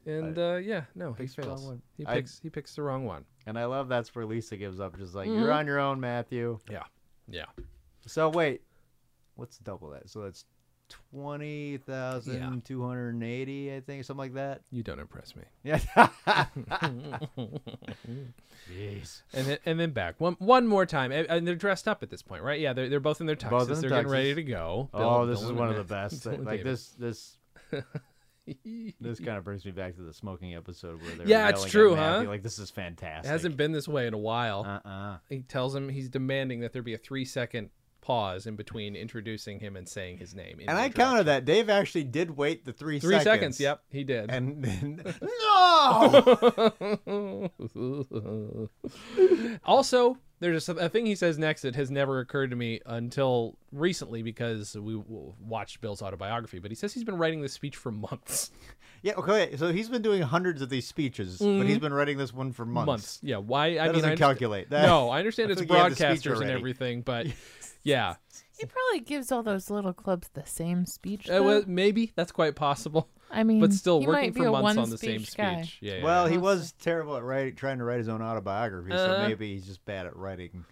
[SPEAKER 1] And uh, yeah, no, he
[SPEAKER 2] Picks the wrong
[SPEAKER 1] fails.
[SPEAKER 2] one.
[SPEAKER 1] He
[SPEAKER 2] I-
[SPEAKER 1] picks he picks the wrong one.
[SPEAKER 2] and I love that's where Lisa gives up, just like
[SPEAKER 1] Mm-hmm.
[SPEAKER 2] you're on your own, Matthew.
[SPEAKER 1] Yeah. Yeah.
[SPEAKER 2] So wait, let's double that. So that's twenty thousand two hundred and eighty, I think, something like that.
[SPEAKER 1] You don't impress me.
[SPEAKER 2] Yeah. (laughs) Jeez.
[SPEAKER 1] And then, and then back one one more time, and, and they're dressed up at this point, right? Yeah, they're, they're both in their tuxes.
[SPEAKER 2] Both in
[SPEAKER 1] they're
[SPEAKER 2] their
[SPEAKER 1] getting ready
[SPEAKER 2] tuxes.
[SPEAKER 1] to go.
[SPEAKER 2] oh,
[SPEAKER 1] Bill-
[SPEAKER 2] this
[SPEAKER 1] Bill
[SPEAKER 2] is
[SPEAKER 1] and
[SPEAKER 2] one of the
[SPEAKER 1] Matt-
[SPEAKER 2] (laughs) best.
[SPEAKER 1] Bill
[SPEAKER 2] Like,
[SPEAKER 1] and
[SPEAKER 2] like
[SPEAKER 1] David.
[SPEAKER 2] this, this,
[SPEAKER 1] (laughs)
[SPEAKER 2] this kind of brings me back to the smoking episode where they're
[SPEAKER 1] Yeah, it's
[SPEAKER 2] yelling at
[SPEAKER 1] true,
[SPEAKER 2] Matthew,
[SPEAKER 1] huh?
[SPEAKER 2] Like this is fantastic.
[SPEAKER 1] It hasn't been this way in a while.
[SPEAKER 2] Uh-uh.
[SPEAKER 1] he tells him he's demanding that there be a three second pause in between introducing him and saying his name. in
[SPEAKER 2] And
[SPEAKER 1] the
[SPEAKER 2] I
[SPEAKER 1] intro.
[SPEAKER 2] counted that Dave actually did wait the three
[SPEAKER 1] three seconds. Yep, he did.
[SPEAKER 2] And then no.
[SPEAKER 1] (laughs) also, there's a, a thing he says next that has never occurred to me until recently because we w- watched Bill's autobiography. But he says he's been writing this speech for months.
[SPEAKER 2] yeah. Okay. So he's been doing hundreds of these speeches, but he's been writing this one for (laughs) months.
[SPEAKER 1] Mm-hmm. Months. Yeah. Why? I
[SPEAKER 2] That
[SPEAKER 1] mean,
[SPEAKER 2] doesn't
[SPEAKER 1] I understand-
[SPEAKER 2] calculate. That,
[SPEAKER 1] no, I understand
[SPEAKER 2] I
[SPEAKER 1] it's
[SPEAKER 2] think he had the speech
[SPEAKER 1] broadcasters and
[SPEAKER 2] already.
[SPEAKER 1] everything,
[SPEAKER 2] (laughs)
[SPEAKER 1] but yeah,
[SPEAKER 3] He probably gives all those little clubs the same speech.
[SPEAKER 1] Uh,
[SPEAKER 3] though.
[SPEAKER 1] well, maybe that's quite possible.
[SPEAKER 3] I mean,
[SPEAKER 1] But still,
[SPEAKER 3] he
[SPEAKER 1] working
[SPEAKER 3] might be
[SPEAKER 1] for
[SPEAKER 3] a
[SPEAKER 1] months
[SPEAKER 3] one
[SPEAKER 1] on the same
[SPEAKER 3] guy.
[SPEAKER 1] speech. Yeah. yeah,
[SPEAKER 2] Well,
[SPEAKER 1] yeah.
[SPEAKER 2] he was terrible at writing, trying to write his own autobiography, so
[SPEAKER 1] Uh.
[SPEAKER 2] maybe he's just bad at writing.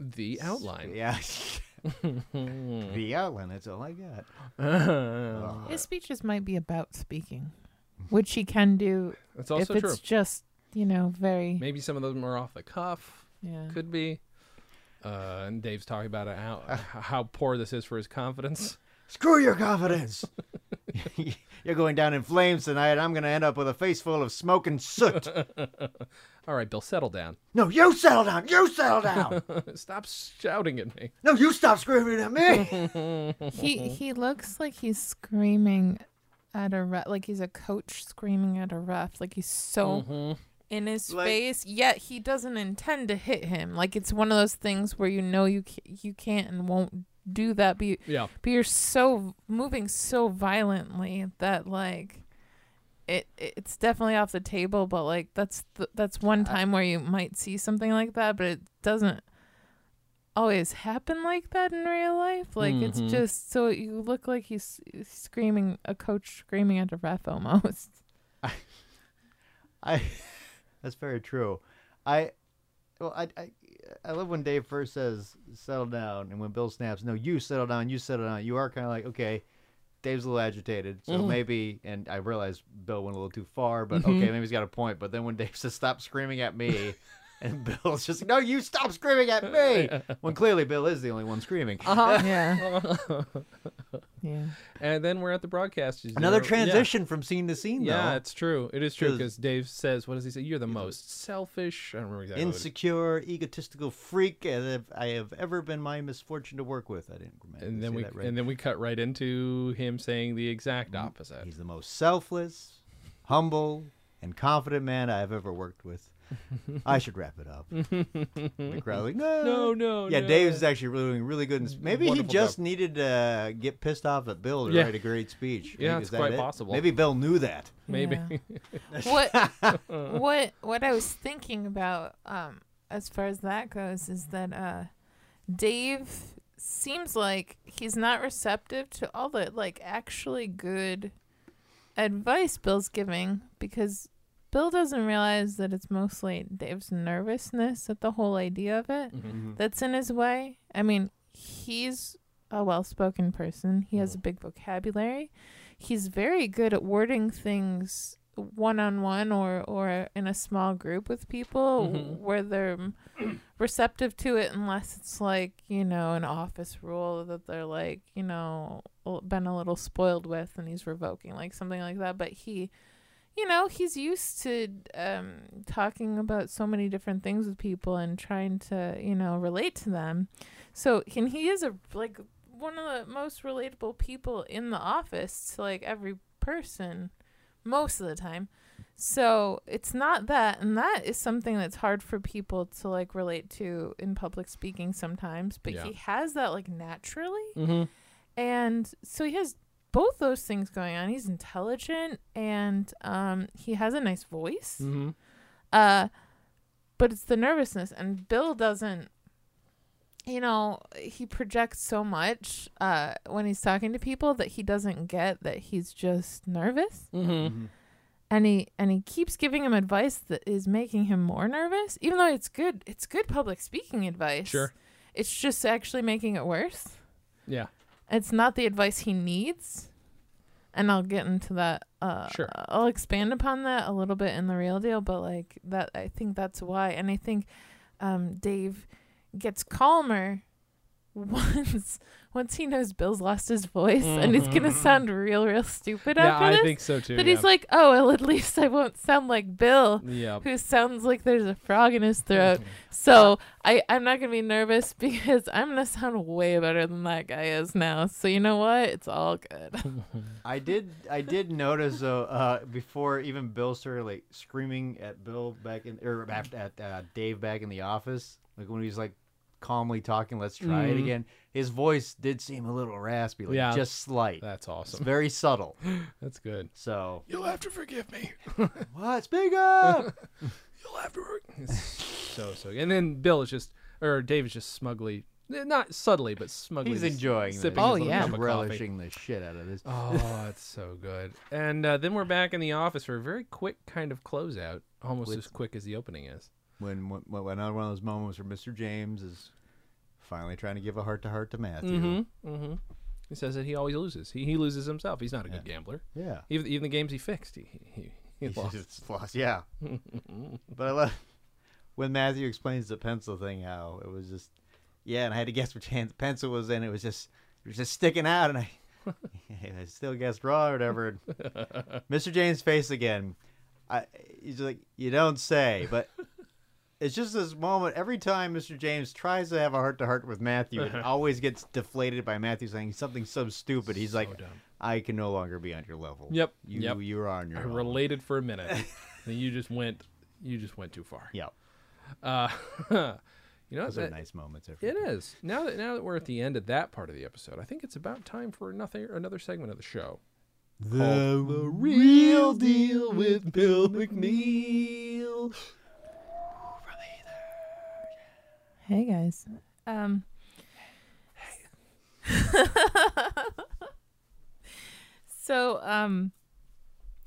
[SPEAKER 1] the outline.
[SPEAKER 2] Yeah. (laughs) the outline. That's all I got.
[SPEAKER 3] His speeches might be about speaking, which he can do
[SPEAKER 1] (laughs) That's also
[SPEAKER 3] if
[SPEAKER 1] true.
[SPEAKER 3] it's just you know very
[SPEAKER 1] Maybe some of them are off the cuff.
[SPEAKER 3] yeah.
[SPEAKER 1] Could be. Uh, and Dave's talking about
[SPEAKER 2] (laughs)
[SPEAKER 1] how how poor this is for his confidence. (laughs)
[SPEAKER 2] Screw your confidence. (laughs) You're going down in flames tonight. I'm going to end up with a face full of smoke and soot.
[SPEAKER 1] All right, Bill, settle down.
[SPEAKER 2] (laughs) No, you settle down. You settle (laughs) down.
[SPEAKER 1] Stop shouting at me.
[SPEAKER 2] No, you stop screaming at me.
[SPEAKER 3] He he looks like he's screaming at a ref, like he's a coach screaming at a ref, like he's so
[SPEAKER 1] Mm-hmm.
[SPEAKER 2] Mm-hmm.
[SPEAKER 3] in his
[SPEAKER 2] Like-
[SPEAKER 3] face. Yet he doesn't intend to hit him. Like it's one of those things where you know you ca- you can't and won't do that. But you,
[SPEAKER 1] Yeah.
[SPEAKER 3] but you're so moving so violently that like it it's definitely off the table but like that's the, that's one time where you might see something like that but it doesn't always happen like that in real life like it's
[SPEAKER 1] Mhm.
[SPEAKER 3] just so you look like he's screaming a coach screaming at a ref almost
[SPEAKER 2] I. (laughs) That's very true. I. Well, I, I. I love when Dave first says "settle down," and when Bill snaps, "No, you settle down. You settle down." You are kind of like, okay. Dave's a little agitated, so maybe. And I realize Bill went a little too far, but okay, maybe he's got a point. But then when Dave says "stop screaming at me," (laughs) and Bill's just, "No, you stop screaming at me," when clearly Bill is the only one screaming.
[SPEAKER 3] Uh-huh. (laughs) yeah yeah
[SPEAKER 1] And then we're at the broadcast.
[SPEAKER 2] Another
[SPEAKER 1] Yeah.
[SPEAKER 2] transition from scene to scene, though.
[SPEAKER 1] Yeah, it's true. It is true
[SPEAKER 2] 'Cause-
[SPEAKER 1] because Dave says, "What does he say? You're the most selfish." I don't remember exactly. what it-
[SPEAKER 2] insecure, egotistical freak as if I have ever been my misfortune to work with. I didn't remember.
[SPEAKER 1] and then
[SPEAKER 2] say
[SPEAKER 1] we
[SPEAKER 2] that right.
[SPEAKER 1] and then we cut right into him saying the exact opposite.
[SPEAKER 2] he's the most selfless, humble, and confident man I have ever worked with.
[SPEAKER 1] (laughs)
[SPEAKER 2] I should wrap it up. the crowd like
[SPEAKER 1] (laughs)
[SPEAKER 2] no,
[SPEAKER 1] No, no,
[SPEAKER 2] Yeah,
[SPEAKER 1] no."
[SPEAKER 2] Dave's is actually really doing really good. In, maybe he
[SPEAKER 1] Wonderful
[SPEAKER 2] just
[SPEAKER 1] job.
[SPEAKER 2] needed to get pissed off at Bill to
[SPEAKER 1] Yeah.
[SPEAKER 2] write a great speech.
[SPEAKER 1] Yeah,
[SPEAKER 2] Like,
[SPEAKER 1] it's
[SPEAKER 2] is that
[SPEAKER 1] quite
[SPEAKER 2] it?
[SPEAKER 1] possible.
[SPEAKER 2] Maybe Bill knew that.
[SPEAKER 1] Maybe.
[SPEAKER 3] Yeah. what what what I was thinking about um as far as that goes is that uh Dave seems like he's not receptive to all the like actually good advice Bill's giving because Bill doesn't realize that it's mostly Dave's nervousness at the whole idea of it
[SPEAKER 1] Mm-hmm.
[SPEAKER 3] that's in his way. I mean, he's a well spoken person, he has a big vocabulary. He's very good at wording things one on one or or in a small group with people where they're receptive to it unless it's like you know an office rule that they're like you know l- been a little spoiled with and he's revoking like something like that but he you know he's used to um talking about so many different things with people and trying to you know relate to them so and he is a like one of the most relatable people in the office to like every person most of the time so it's not that, and that is something that's hard for people to like relate to in public speaking sometimes. But
[SPEAKER 1] Yeah.
[SPEAKER 3] he has that like naturally,
[SPEAKER 1] Mhm.
[SPEAKER 3] and so he has both those things going on. He's intelligent, and um, he has a nice voice.
[SPEAKER 1] Mhm.
[SPEAKER 3] Uh, but it's the nervousness, and Bill doesn't you know, he projects so much uh, when he's talking to people that he doesn't get that he's just nervous.
[SPEAKER 1] Mm-hmm.
[SPEAKER 3] and he and he keeps giving him advice that is making him more nervous even though it's good it's good public speaking advice
[SPEAKER 1] Sure.
[SPEAKER 3] it's just actually making it worse
[SPEAKER 1] Yeah.
[SPEAKER 3] it's not the advice he needs and i'll get into that uh
[SPEAKER 1] Sure.
[SPEAKER 3] i'll expand upon that a little bit in the real deal but like that i think that's why and i think um dave gets calmer (laughs) once once he knows bill's lost his voice and he's gonna sound real real stupid
[SPEAKER 1] Mm-hmm. Yeah,
[SPEAKER 3] after
[SPEAKER 1] I
[SPEAKER 3] this
[SPEAKER 1] think so too.
[SPEAKER 3] but
[SPEAKER 1] yeah.
[SPEAKER 3] he's like, oh, well, at least I won't sound like Bill,
[SPEAKER 1] yeah.
[SPEAKER 3] who sounds like there's a frog in his throat. So I, I'm not going to be nervous (laughs) because I'm going to sound way better than that guy is now. So you know what? It's all good.
[SPEAKER 2] I did. I did notice though uh, before even Bill started like screaming at Bill back in or at, at uh, Dave back in the office, like when he was like calmly talking, "Let's try it
[SPEAKER 1] Mhm.
[SPEAKER 2] again." His voice did seem a little raspy, like
[SPEAKER 1] Yeah.
[SPEAKER 2] just slight.
[SPEAKER 1] That's (laughs)
[SPEAKER 2] It's
[SPEAKER 1] awesome.
[SPEAKER 2] very subtle.
[SPEAKER 1] That's good.
[SPEAKER 2] So
[SPEAKER 1] You'll have to forgive me.
[SPEAKER 2] what? Speak
[SPEAKER 1] (laughs)
[SPEAKER 2] up.
[SPEAKER 1] You'll have to. forg- It's so so. And then Bill is just, or Dave is just smugly, eh, not subtly, but smugly.
[SPEAKER 2] He's
[SPEAKER 1] just
[SPEAKER 2] enjoying. This.
[SPEAKER 1] sipping his
[SPEAKER 3] Oh,
[SPEAKER 1] little
[SPEAKER 3] yeah.
[SPEAKER 1] cup
[SPEAKER 2] He's
[SPEAKER 1] of coffee.
[SPEAKER 2] relishing the shit out of this.
[SPEAKER 1] (laughs) Oh, it's so good. And uh, then we're back in the office for a very quick kind of closeout, almost
[SPEAKER 2] With-
[SPEAKER 1] as quick as the opening is.
[SPEAKER 2] When, when when another one of those moments where Mr. James is finally trying to give a heart to heart to Matthew.
[SPEAKER 1] Mm-hmm. He says that he always loses. He, he loses himself. He's not a good gambler.
[SPEAKER 2] Yeah.
[SPEAKER 1] Even, even the games he fixed, he he, he (laughs)
[SPEAKER 2] He's
[SPEAKER 1] lost.
[SPEAKER 2] just lost. Yeah. but I love when Matthew explains the pencil thing. How it was just, yeah, and I had to guess which hand the pencil was in. It was just, it was just sticking out, and I, (laughs) I still guessed wrong or whatever.
[SPEAKER 1] (laughs)
[SPEAKER 2] And Mr. James' face again. I, he's like, you don't say, but. It's just this moment. Every time Mr. James tries to have a heart to heart with
[SPEAKER 1] (laughs)
[SPEAKER 2] Matthew, it always gets deflated by Matthew saying something so stupid. He's like,
[SPEAKER 1] dumb.
[SPEAKER 2] "I can no longer be on your level.
[SPEAKER 1] Yep,
[SPEAKER 2] you
[SPEAKER 1] yep.
[SPEAKER 2] you're on your
[SPEAKER 1] I
[SPEAKER 2] own."
[SPEAKER 1] related for a minute,
[SPEAKER 2] (laughs)
[SPEAKER 1] and you just went you just went too far.
[SPEAKER 2] Yep.
[SPEAKER 1] Uh, you know
[SPEAKER 2] Those are
[SPEAKER 1] that-
[SPEAKER 2] nice moments. Every
[SPEAKER 1] It is now that now that we're at the end of that part of the episode. I think it's about time for another another segment of the show.
[SPEAKER 2] The, real deal with Bill McNeil.
[SPEAKER 3] hey, guys. Um, (laughs) so, um,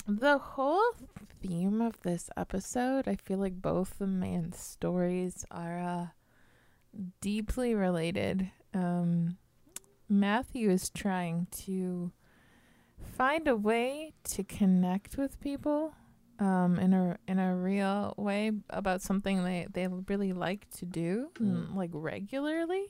[SPEAKER 3] the whole theme of this episode, I feel like both the man's stories are uh, deeply related. Um, Matthew is trying to find a way to connect with people um, in a in a real way about something they, they really like to do mm. like regularly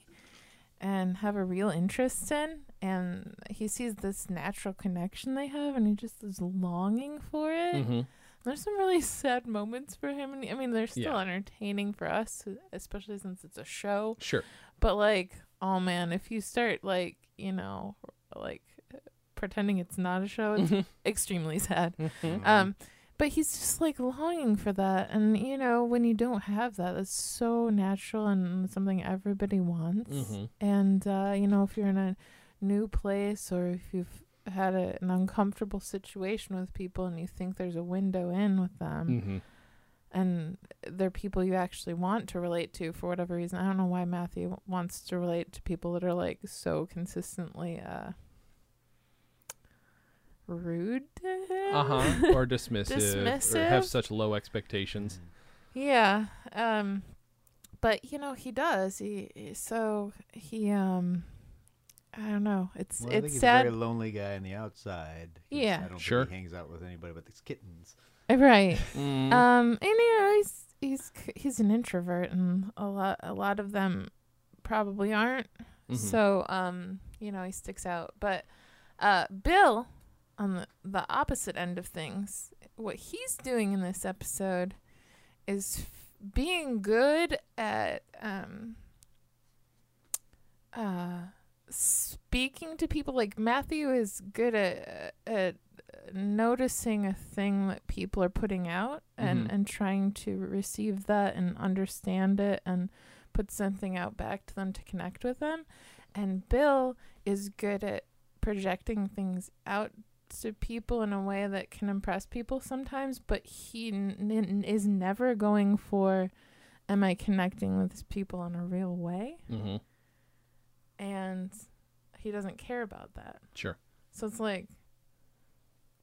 [SPEAKER 3] and have a real interest in and he sees this natural connection they have and he just is longing for it
[SPEAKER 1] Mm-hmm.
[SPEAKER 3] there's some really sad moments for him. And I mean, they're still
[SPEAKER 1] Yeah.
[SPEAKER 3] entertaining for us, especially since it's a show. (laughs)
[SPEAKER 1] Sure.
[SPEAKER 3] But like, oh man, if you start like, you know, like pretending it's not a show, it's extremely sad.
[SPEAKER 1] Mm-hmm.
[SPEAKER 3] Um, but he's just like longing for that, and you know, when you don't have that, that's so natural and something everybody wants.
[SPEAKER 1] Mhm.
[SPEAKER 3] And uh, you know, if you're in a new place or if you've had a, an uncomfortable situation with people and you think there's a window in with them
[SPEAKER 2] Mm.
[SPEAKER 1] Mm-hmm.
[SPEAKER 3] and they're people you actually want to relate to for whatever reason. I don't know why Matthew wants to relate to people that are like so consistently uh rude to him. (laughs)
[SPEAKER 1] Uh
[SPEAKER 2] Uh-huh.
[SPEAKER 1] huh. Or dismissive. Or have
[SPEAKER 3] Dismissive?
[SPEAKER 1] such low expectations.
[SPEAKER 3] Yeah. Um but you know he does. He so he um I don't know. It's
[SPEAKER 2] Well, I think
[SPEAKER 3] it's
[SPEAKER 2] he's a
[SPEAKER 3] sad.
[SPEAKER 2] very lonely guy on the outside. 'cause
[SPEAKER 3] Yeah.
[SPEAKER 2] I don't think
[SPEAKER 1] Sure.
[SPEAKER 2] he hangs out with anybody but these kittens.
[SPEAKER 3] Right.
[SPEAKER 1] Mm.
[SPEAKER 3] Um, and you know, he's he's c- he's an introvert, and a lot a lot of them probably aren't.
[SPEAKER 1] Mhm.
[SPEAKER 3] So um, you know, he sticks out. But uh, Bill, on the the opposite end of things, what he's doing in this episode is f- being good at um. Uh, speaking to people like Matthew is good at at noticing a thing that people are putting out and
[SPEAKER 1] Mhm.
[SPEAKER 3] and trying to receive that and understand it and put something out back to them to connect with them and bill is good at projecting things out to people in a way that can impress people sometimes but he n- n- is never going for am i connecting with these people in a real way
[SPEAKER 1] Mhm.
[SPEAKER 3] and he doesn't care about that.
[SPEAKER 1] Sure.
[SPEAKER 3] So it's like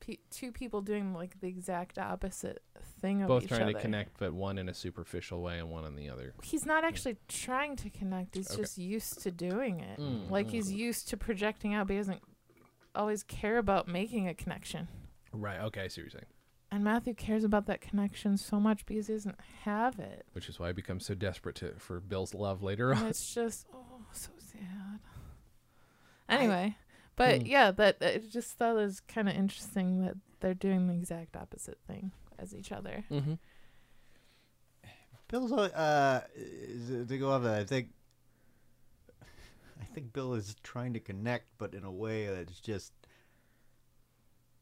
[SPEAKER 3] pe- two people doing like the exact opposite thing of
[SPEAKER 1] Both
[SPEAKER 3] each
[SPEAKER 1] trying to
[SPEAKER 3] other.
[SPEAKER 1] connect, but one in a superficial way and one in the other.
[SPEAKER 3] He's not actually trying to connect. He's
[SPEAKER 1] Okay.
[SPEAKER 3] just used to doing it.
[SPEAKER 1] Mm,
[SPEAKER 3] Like he's used to projecting out, but he doesn't always care about making a connection.
[SPEAKER 1] Right. Okay. I see what you're saying.
[SPEAKER 3] And Matthew cares about that connection so much because he doesn't have it.
[SPEAKER 1] Which is why I become so desperate to for Bill's love
[SPEAKER 3] (laughs)
[SPEAKER 1] later
[SPEAKER 2] (laughs)
[SPEAKER 3] And
[SPEAKER 1] on.
[SPEAKER 3] it's just oh so sad. Anyway,
[SPEAKER 2] Mm.
[SPEAKER 3] but yeah, that I just thought it was kind of interesting that they're doing the exact opposite thing as each other.
[SPEAKER 1] Mm-hmm.
[SPEAKER 2] Bill's uh is- to go off that. I think (laughs) I think Bill is trying to connect, but in a way that's just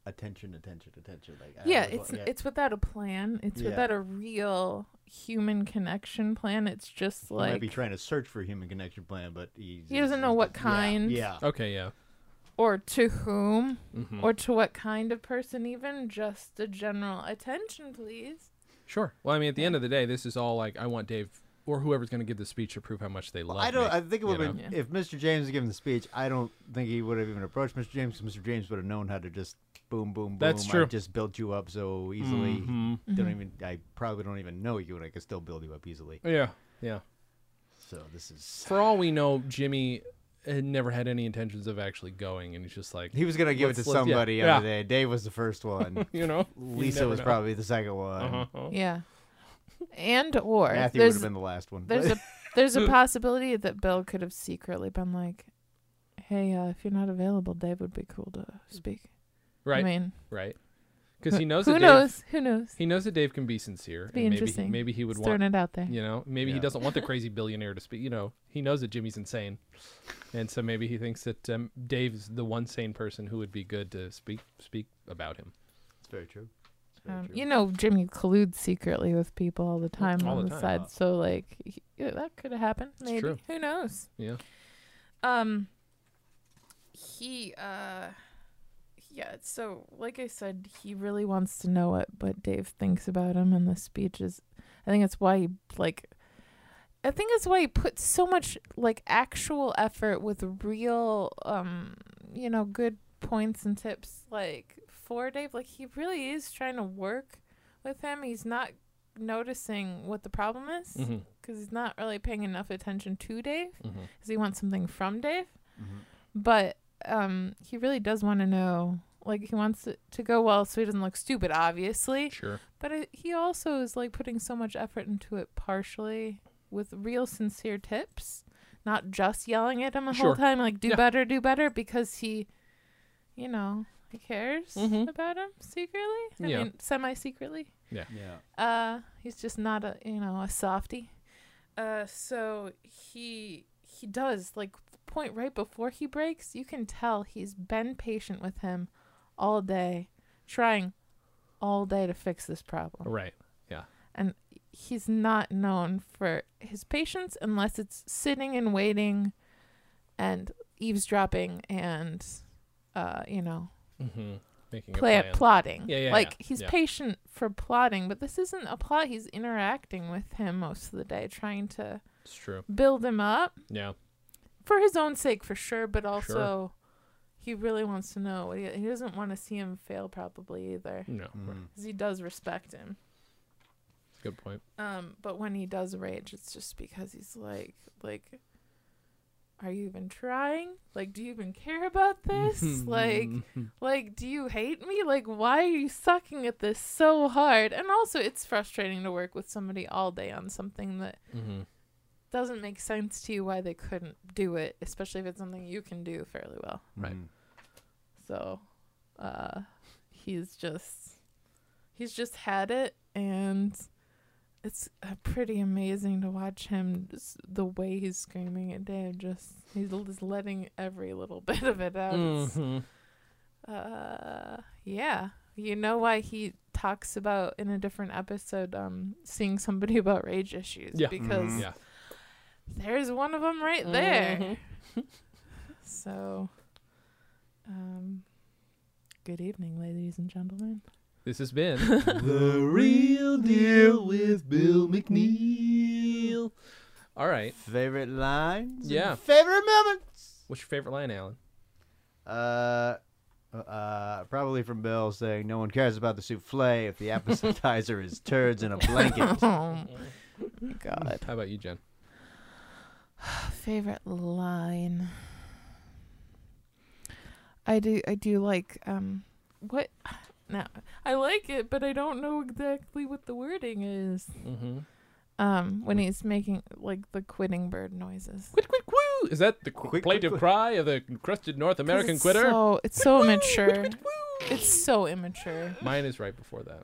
[SPEAKER 2] attention, attention, attention. Like I
[SPEAKER 3] yeah,
[SPEAKER 2] always wa-
[SPEAKER 3] it's it's without a plan. It's
[SPEAKER 2] Yeah.
[SPEAKER 3] without a real human connection plan. It's just
[SPEAKER 2] he might
[SPEAKER 3] like
[SPEAKER 2] be trying to search for a human connection plan, but he's,
[SPEAKER 3] he doesn't know
[SPEAKER 2] he's-
[SPEAKER 3] what
[SPEAKER 2] yeah,
[SPEAKER 3] kind
[SPEAKER 2] Yeah,
[SPEAKER 1] Okay. Yeah.
[SPEAKER 3] or to whom
[SPEAKER 2] Mm.
[SPEAKER 1] Mm-hmm.
[SPEAKER 3] or to what kind of person even just a general attention please.
[SPEAKER 1] Sure. Well, I mean, at the end of the day, this is all like I want Dave or whoever's going to give the speech to prove how much they
[SPEAKER 2] Well,
[SPEAKER 1] love
[SPEAKER 2] I don't.
[SPEAKER 1] me.
[SPEAKER 2] I think it
[SPEAKER 1] you
[SPEAKER 2] would have
[SPEAKER 1] know?
[SPEAKER 2] been if Mr. James had given the speech. I don't think he would have even approached Mr. James. 'cause Mr. James would have known how to just boom, boom, boom.
[SPEAKER 1] That's
[SPEAKER 2] I
[SPEAKER 1] true.
[SPEAKER 2] just built you up so easily.
[SPEAKER 1] Mhm.
[SPEAKER 3] Mm-hmm.
[SPEAKER 2] Don't even. I probably don't even know you, and I can still build you up easily.
[SPEAKER 1] Yeah. Yeah.
[SPEAKER 2] So this is.
[SPEAKER 1] For all we know, Jimmy had never had any intentions of actually going, and he's just like,
[SPEAKER 2] He was gonna give it
[SPEAKER 1] Let's-
[SPEAKER 2] to
[SPEAKER 1] let's- yeah,
[SPEAKER 2] somebody
[SPEAKER 1] yeah.
[SPEAKER 2] other day. Dave was the first one.
[SPEAKER 1] (laughs) you know, (laughs) you
[SPEAKER 2] Lisa
[SPEAKER 1] never
[SPEAKER 2] was
[SPEAKER 1] know.
[SPEAKER 2] probably the second one.
[SPEAKER 1] Uh-huh.
[SPEAKER 3] Yeah. And or
[SPEAKER 2] Oh. Matthew would
[SPEAKER 3] there's
[SPEAKER 2] have been the last one. (laughs)
[SPEAKER 1] (laughs)
[SPEAKER 3] there's a there's a possibility that Bill could have secretly been like, "Hey, uh, if you're not available, Dave would be cool to speak."
[SPEAKER 1] Right.
[SPEAKER 3] I mean,
[SPEAKER 1] Right. Because
[SPEAKER 3] (laughs)
[SPEAKER 1] he knows
[SPEAKER 3] who
[SPEAKER 1] that Dave,
[SPEAKER 3] knows? Who knows?
[SPEAKER 1] he knows that Dave can be sincere.
[SPEAKER 3] be
[SPEAKER 1] and Maybe he,
[SPEAKER 3] interesting.
[SPEAKER 1] maybe he would
[SPEAKER 3] Just
[SPEAKER 1] want
[SPEAKER 3] throwing it out there.
[SPEAKER 1] You know, maybe he
[SPEAKER 2] Yeah.
[SPEAKER 1] doesn't want
[SPEAKER 2] (laughs)
[SPEAKER 1] the crazy billionaire to speak. You know, he knows that Jimmy's insane, and so maybe he thinks that um, Dave's the one sane person who would be good to speak speak about him.
[SPEAKER 2] It's very true. It's very
[SPEAKER 3] Um,
[SPEAKER 2] true.
[SPEAKER 3] you know, Jimmy colludes secretly with people all the time
[SPEAKER 1] all
[SPEAKER 3] on
[SPEAKER 1] the
[SPEAKER 3] the,
[SPEAKER 1] time.
[SPEAKER 2] Uh,
[SPEAKER 3] side. So like, he- yeah, that could have happened.
[SPEAKER 1] It's
[SPEAKER 3] Maybe
[SPEAKER 1] true.
[SPEAKER 3] who knows?
[SPEAKER 1] Yeah.
[SPEAKER 3] Um. He uh. Yeah, so like I said, he really wants to know what what Dave thinks about him, and the speech is. I think that's why he like. I think that's why he put so much like actual effort with real, um, you know, good points and tips like for Dave. Like he really is trying to work with him. He's not noticing what the problem is because
[SPEAKER 1] Mhm.
[SPEAKER 2] Mm-hmm,
[SPEAKER 3] he's not really paying enough attention to Dave
[SPEAKER 1] Mhm.
[SPEAKER 3] because he wants something from Dave.
[SPEAKER 2] Mhm.
[SPEAKER 3] But um, he really does want to know. Like he wants it to go well, so he doesn't look stupid, obviously.
[SPEAKER 1] Sure.
[SPEAKER 3] But it, he also is like putting so much effort into it, partially with real sincere tips, not just yelling at him the
[SPEAKER 1] Sure.
[SPEAKER 3] whole time, like do
[SPEAKER 1] Yeah.
[SPEAKER 3] better, do better, because he, you know, he cares
[SPEAKER 1] Mhm.
[SPEAKER 3] about him secretly. I
[SPEAKER 1] Yeah.
[SPEAKER 3] mean, semi secretly.
[SPEAKER 2] Yeah.
[SPEAKER 3] Uh, he's just not a you know a softy. Uh, so he he does like the point right before he breaks. You can tell he's been patient with him all day, trying all day to fix this problem.
[SPEAKER 1] Right.
[SPEAKER 3] He's not known for his patience unless it's sitting and waiting, and eavesdropping and uh you know
[SPEAKER 1] Mm-hmm. Making
[SPEAKER 3] play
[SPEAKER 1] a
[SPEAKER 3] at
[SPEAKER 1] plan.
[SPEAKER 3] plotting.
[SPEAKER 1] Yeah, yeah,
[SPEAKER 3] like
[SPEAKER 1] yeah,
[SPEAKER 3] he's
[SPEAKER 1] yeah.
[SPEAKER 3] patient for plotting, but this isn't a plot. He's interacting with him most of the day, trying to
[SPEAKER 1] It's true.
[SPEAKER 3] build him up
[SPEAKER 1] Yeah.
[SPEAKER 3] for his own sake, for sure. But also, he really wants to know. what He, he doesn't want to see him fail, probably either,
[SPEAKER 1] No. Oh, Right.
[SPEAKER 2] Mhm.
[SPEAKER 3] because he does respect him.
[SPEAKER 1] Good point.
[SPEAKER 3] Um, but when he does rage, it's just because he's like, like, are you even trying? Like, do you even care about
[SPEAKER 1] (laughs)
[SPEAKER 3] this?
[SPEAKER 1] Mm-hmm.
[SPEAKER 3] like, like, do you hate me? Like, why are you sucking at this so hard? And also, it's frustrating to work with somebody all day on something that
[SPEAKER 1] Mhm.
[SPEAKER 3] doesn't make sense to you why they couldn't do it, especially if it's something you can do fairly well.
[SPEAKER 1] Right.
[SPEAKER 2] Mhm.
[SPEAKER 3] So, uh, he's just, he's just had it, and it's uh, pretty amazing to watch him. Just the way he's screaming at Dave, just he's l- just letting every little (laughs) bit of it out. It's-
[SPEAKER 1] Mhm.
[SPEAKER 3] uh, yeah. You know why he talks about in a different episode um seeing somebody (laughs) about rage issues
[SPEAKER 1] Yeah.
[SPEAKER 3] because
[SPEAKER 1] Mm-hmm.
[SPEAKER 2] Mhm.
[SPEAKER 1] Yeah.
[SPEAKER 3] there's one of them right there. So um good evening ladies and gentlemen.
[SPEAKER 1] This has
[SPEAKER 3] (laughs)
[SPEAKER 1] been
[SPEAKER 2] Mm-hmm. the real deal with Bill McNeil.
[SPEAKER 1] All right.
[SPEAKER 2] Favorite lines? and
[SPEAKER 1] Yeah.
[SPEAKER 2] Favorite moments?
[SPEAKER 1] What's your favorite line, Alan?
[SPEAKER 2] Uh, uh, probably from Bill saying no one cares about the souffle if the appetizer is turds in a
[SPEAKER 3] (laughs)
[SPEAKER 2] blanket.
[SPEAKER 3] Oh my god.
[SPEAKER 1] How about you, Jen?
[SPEAKER 3] Favorite line. I do I do like um what (sighs) no. I like it, but I don't know exactly what the wording is.
[SPEAKER 1] Mm-hmm.
[SPEAKER 3] Um when he's making like the quitting bird noises.
[SPEAKER 1] Quit, quit, quoo! Is that the qu-
[SPEAKER 2] Quick,
[SPEAKER 1] plaintive
[SPEAKER 2] quick,
[SPEAKER 1] cry of the crusted North
[SPEAKER 3] 'Cause
[SPEAKER 1] American
[SPEAKER 3] it's
[SPEAKER 1] quitter?
[SPEAKER 3] So
[SPEAKER 1] (laughs)
[SPEAKER 3] it's so immature. It's so immature.
[SPEAKER 1] Mine is right before that.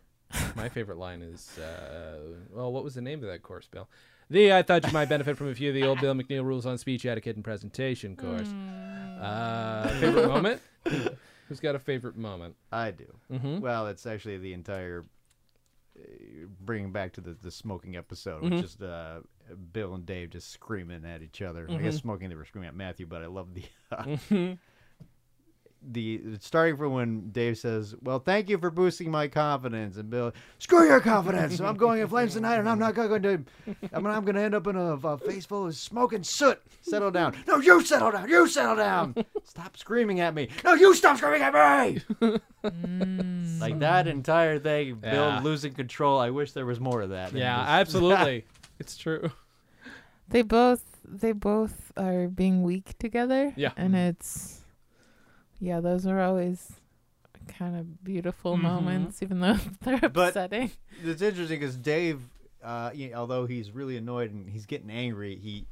[SPEAKER 1] My favorite line is, uh, well, what was the name of that course, Bill? The I thought you might benefit from a few of the old Bill McNeil rules on speech etiquette and presentation course.
[SPEAKER 3] Hmm.
[SPEAKER 1] Uh, favorite moment? Who's got a favorite moment?
[SPEAKER 2] I do.
[SPEAKER 1] Mm-hmm.
[SPEAKER 2] Well, it's actually the entire uh, bringing back to the, the smoking episode, which is uh, Bill and Dave just screaming at each other. I guess smoking they were screaming at Matthew, but I love the (laughs) uh, the starting from when Dave says, "Well, thank you for boosting my confidence," and Bill, "Screw your confidence! I'm going in flames tonight, and I'm not going to. I mean, I'm going to end up in a, a face full of smoke and soot. Settle down. No, you settle down. You settle down. Stop screaming at me. No, you stop screaming at me."
[SPEAKER 3] Mm.
[SPEAKER 1] (laughs)
[SPEAKER 2] Like that entire thing,
[SPEAKER 1] Yeah.
[SPEAKER 2] Bill losing control. I wish there was more of that. in
[SPEAKER 1] Yeah, (laughs)
[SPEAKER 2] this. (laughs)
[SPEAKER 1] absolutely. it's true.
[SPEAKER 3] They both they both are being weak together.
[SPEAKER 1] Yeah.
[SPEAKER 3] And it's yeah, those are always kind of beautiful
[SPEAKER 1] Mm-hmm.
[SPEAKER 3] moments, even though (laughs) they're
[SPEAKER 2] But-
[SPEAKER 3] upsetting.
[SPEAKER 2] it's interesting because Dave, uh, you know, although he's really annoyed and he's getting angry, he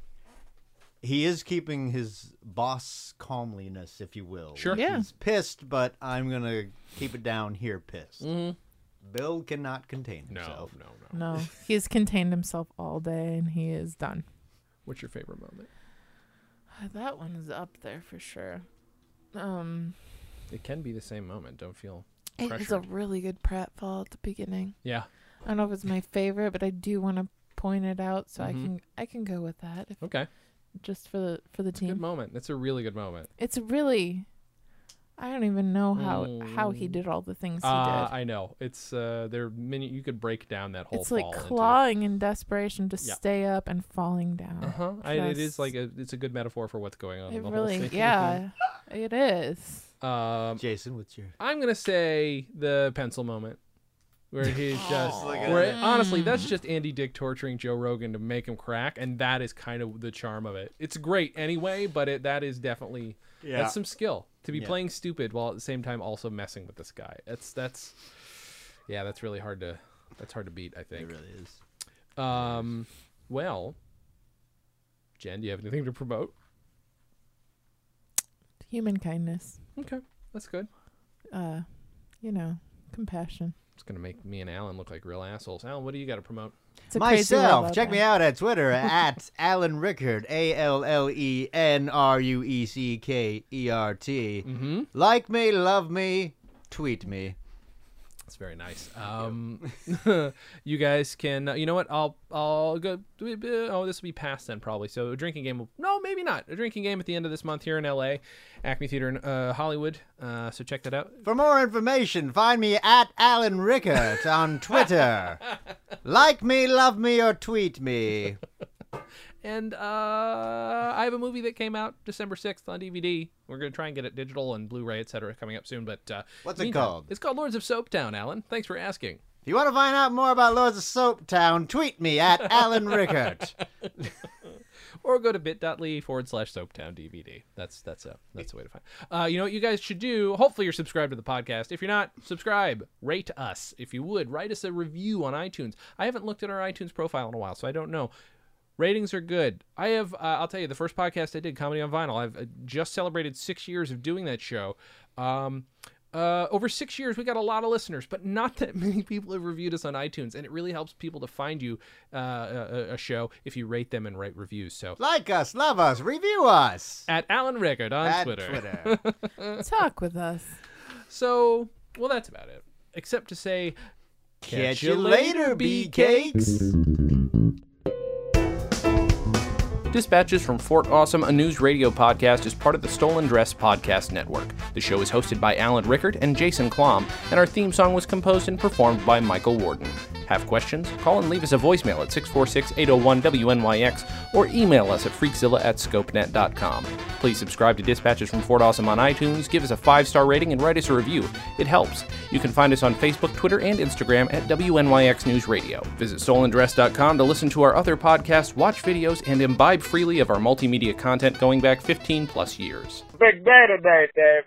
[SPEAKER 2] he is keeping his boss calmliness, if you will.
[SPEAKER 1] Sure.
[SPEAKER 3] Yeah.
[SPEAKER 2] He's pissed, but I'm gonna keep it down here. Pissed.
[SPEAKER 1] Mhm.
[SPEAKER 2] Bill cannot contain
[SPEAKER 1] No,
[SPEAKER 2] himself.
[SPEAKER 1] no, no.
[SPEAKER 3] no, he has contained himself all day, and he is done.
[SPEAKER 1] What's your favorite moment?
[SPEAKER 3] (sighs) That one's up there for sure. Um,
[SPEAKER 1] It can be the same moment. Don't feel.
[SPEAKER 3] it was a
[SPEAKER 1] Pressured.
[SPEAKER 3] really good pratfall at the beginning.
[SPEAKER 1] Yeah.
[SPEAKER 3] I don't know if it's my favorite, but I do want to point it out, so
[SPEAKER 1] Mhm.
[SPEAKER 3] I can I can go with that if,
[SPEAKER 1] Okay.
[SPEAKER 3] just for the for the
[SPEAKER 1] It's a good
[SPEAKER 3] team.
[SPEAKER 1] moment. That's a really good moment.
[SPEAKER 3] It's really, I don't even know how how he
[SPEAKER 1] Mm.
[SPEAKER 3] did all the things he
[SPEAKER 1] Uh,
[SPEAKER 3] did.
[SPEAKER 1] I know. It's uh, there are many. You could break down that whole.
[SPEAKER 3] It's like
[SPEAKER 1] fall into-
[SPEAKER 3] clawing in desperation to
[SPEAKER 1] Yeah.
[SPEAKER 3] stay up and falling down.
[SPEAKER 1] Uh-huh. I, it is
[SPEAKER 3] That's-
[SPEAKER 1] like a, it's a good metaphor for what's going on.
[SPEAKER 3] It
[SPEAKER 1] in the
[SPEAKER 3] really,
[SPEAKER 1] whole thing. (laughs)
[SPEAKER 3] yeah, it is.
[SPEAKER 1] Um,
[SPEAKER 2] Jason, what's your?
[SPEAKER 1] I'm gonna say the pencil moment, where
[SPEAKER 2] (laughs)
[SPEAKER 1] he's just.
[SPEAKER 2] Oh, look at
[SPEAKER 1] Where
[SPEAKER 2] it.
[SPEAKER 1] honestly,
[SPEAKER 3] Hmm.
[SPEAKER 1] that's just Andy Dick torturing Joe Rogan to make him crack, and that is kind of the charm of it. It's great anyway, but it that is definitely
[SPEAKER 2] Yeah.
[SPEAKER 1] that's some skill to be
[SPEAKER 2] Yeah.
[SPEAKER 1] playing stupid while at the same time also messing with this guy. That's that's yeah, that's really hard to that's hard to beat. I
[SPEAKER 2] It
[SPEAKER 1] think.
[SPEAKER 2] really is.
[SPEAKER 1] Um, well, Jen, do you have anything to promote?
[SPEAKER 3] Human kindness.
[SPEAKER 1] Okay, that's good.
[SPEAKER 3] Uh, you know, compassion.
[SPEAKER 1] It's gonna make me and Alan look like real assholes. Alan, what do you got to promote?
[SPEAKER 3] It's a crazy world
[SPEAKER 2] Myself,
[SPEAKER 3] out
[SPEAKER 2] check me
[SPEAKER 3] there.
[SPEAKER 2] out at
[SPEAKER 3] (laughs)
[SPEAKER 2] Twitter at Alan Rickard, A L L E N R U E C K E R T.
[SPEAKER 1] Mm-hmm.
[SPEAKER 2] Like me, love me, tweet me.
[SPEAKER 1] That's very nice. Um, (laughs) you guys can, uh, you know what? I'll, I'll go. Oh, this will be past then probably. So a drinking game. will- No, maybe not. A drinking game at the end of this month here in L.A. Acme Theater in uh, Hollywood. Uh, so check that out.
[SPEAKER 2] For more information, find me at Alan Rickert on (laughs) Twitter. like me, love me, or tweet me.
[SPEAKER 1] And uh, I have a movie that came out December 6th on DVD. We're going to try and get it digital and Blu-ray, etc. coming up soon. But uh,
[SPEAKER 2] What's it
[SPEAKER 1] meantime-
[SPEAKER 2] called?
[SPEAKER 1] It's called Lords of Soaptown, Alan. Thanks for asking.
[SPEAKER 2] If you want to find out more about Lords of Soaptown, tweet me at Alan Rickert.
[SPEAKER 1] or go to bit.ly forward slash soaptown dvd that's that's a that's a way to find uh, you know what you guys should do hopefully you're subscribed to the podcast if you're not subscribe rate us if you would write us a review on itunes i haven't looked at our itunes profile in a while so i don't know ratings are good i have uh, i'll tell you the first podcast i did comedy on vinyl i've uh, just celebrated six years of doing that show um uh, over six years, we got a lot of listeners, but not (laughs) that many people have reviewed us on iTunes, and it really helps people to find you uh, a, a- a show if you rate them and write reviews. So
[SPEAKER 2] Like us, love us, review us.
[SPEAKER 1] at Alan Rickard on
[SPEAKER 2] at
[SPEAKER 1] Twitter.
[SPEAKER 2] Twitter.
[SPEAKER 3] Talk with us.
[SPEAKER 1] So, well, that's about it. Except to say,
[SPEAKER 2] (laughs) Catch you later, bee cakes.
[SPEAKER 1] Dispatches from Fort Awesome, a news radio podcast, is part of the Stolen Dress Podcast Network. The show is hosted by Alan Rickard and Jason Klom, and our theme song was composed and performed by Michael Warden. Have questions? Call and leave us a voicemail at 646 801 WNYX or email us at freakzilla at scopenet.com. Please subscribe to Dispatches from Fort Awesome on iTunes, give us a five star rating, and write us a review. It helps. You can find us on Facebook, Twitter, and Instagram at WNYX News Radio. Visit stolendress.com to listen to our other podcasts, watch videos, and imbibe freely of our multimedia content going back 15 plus years.
[SPEAKER 2] Big day today, Dave.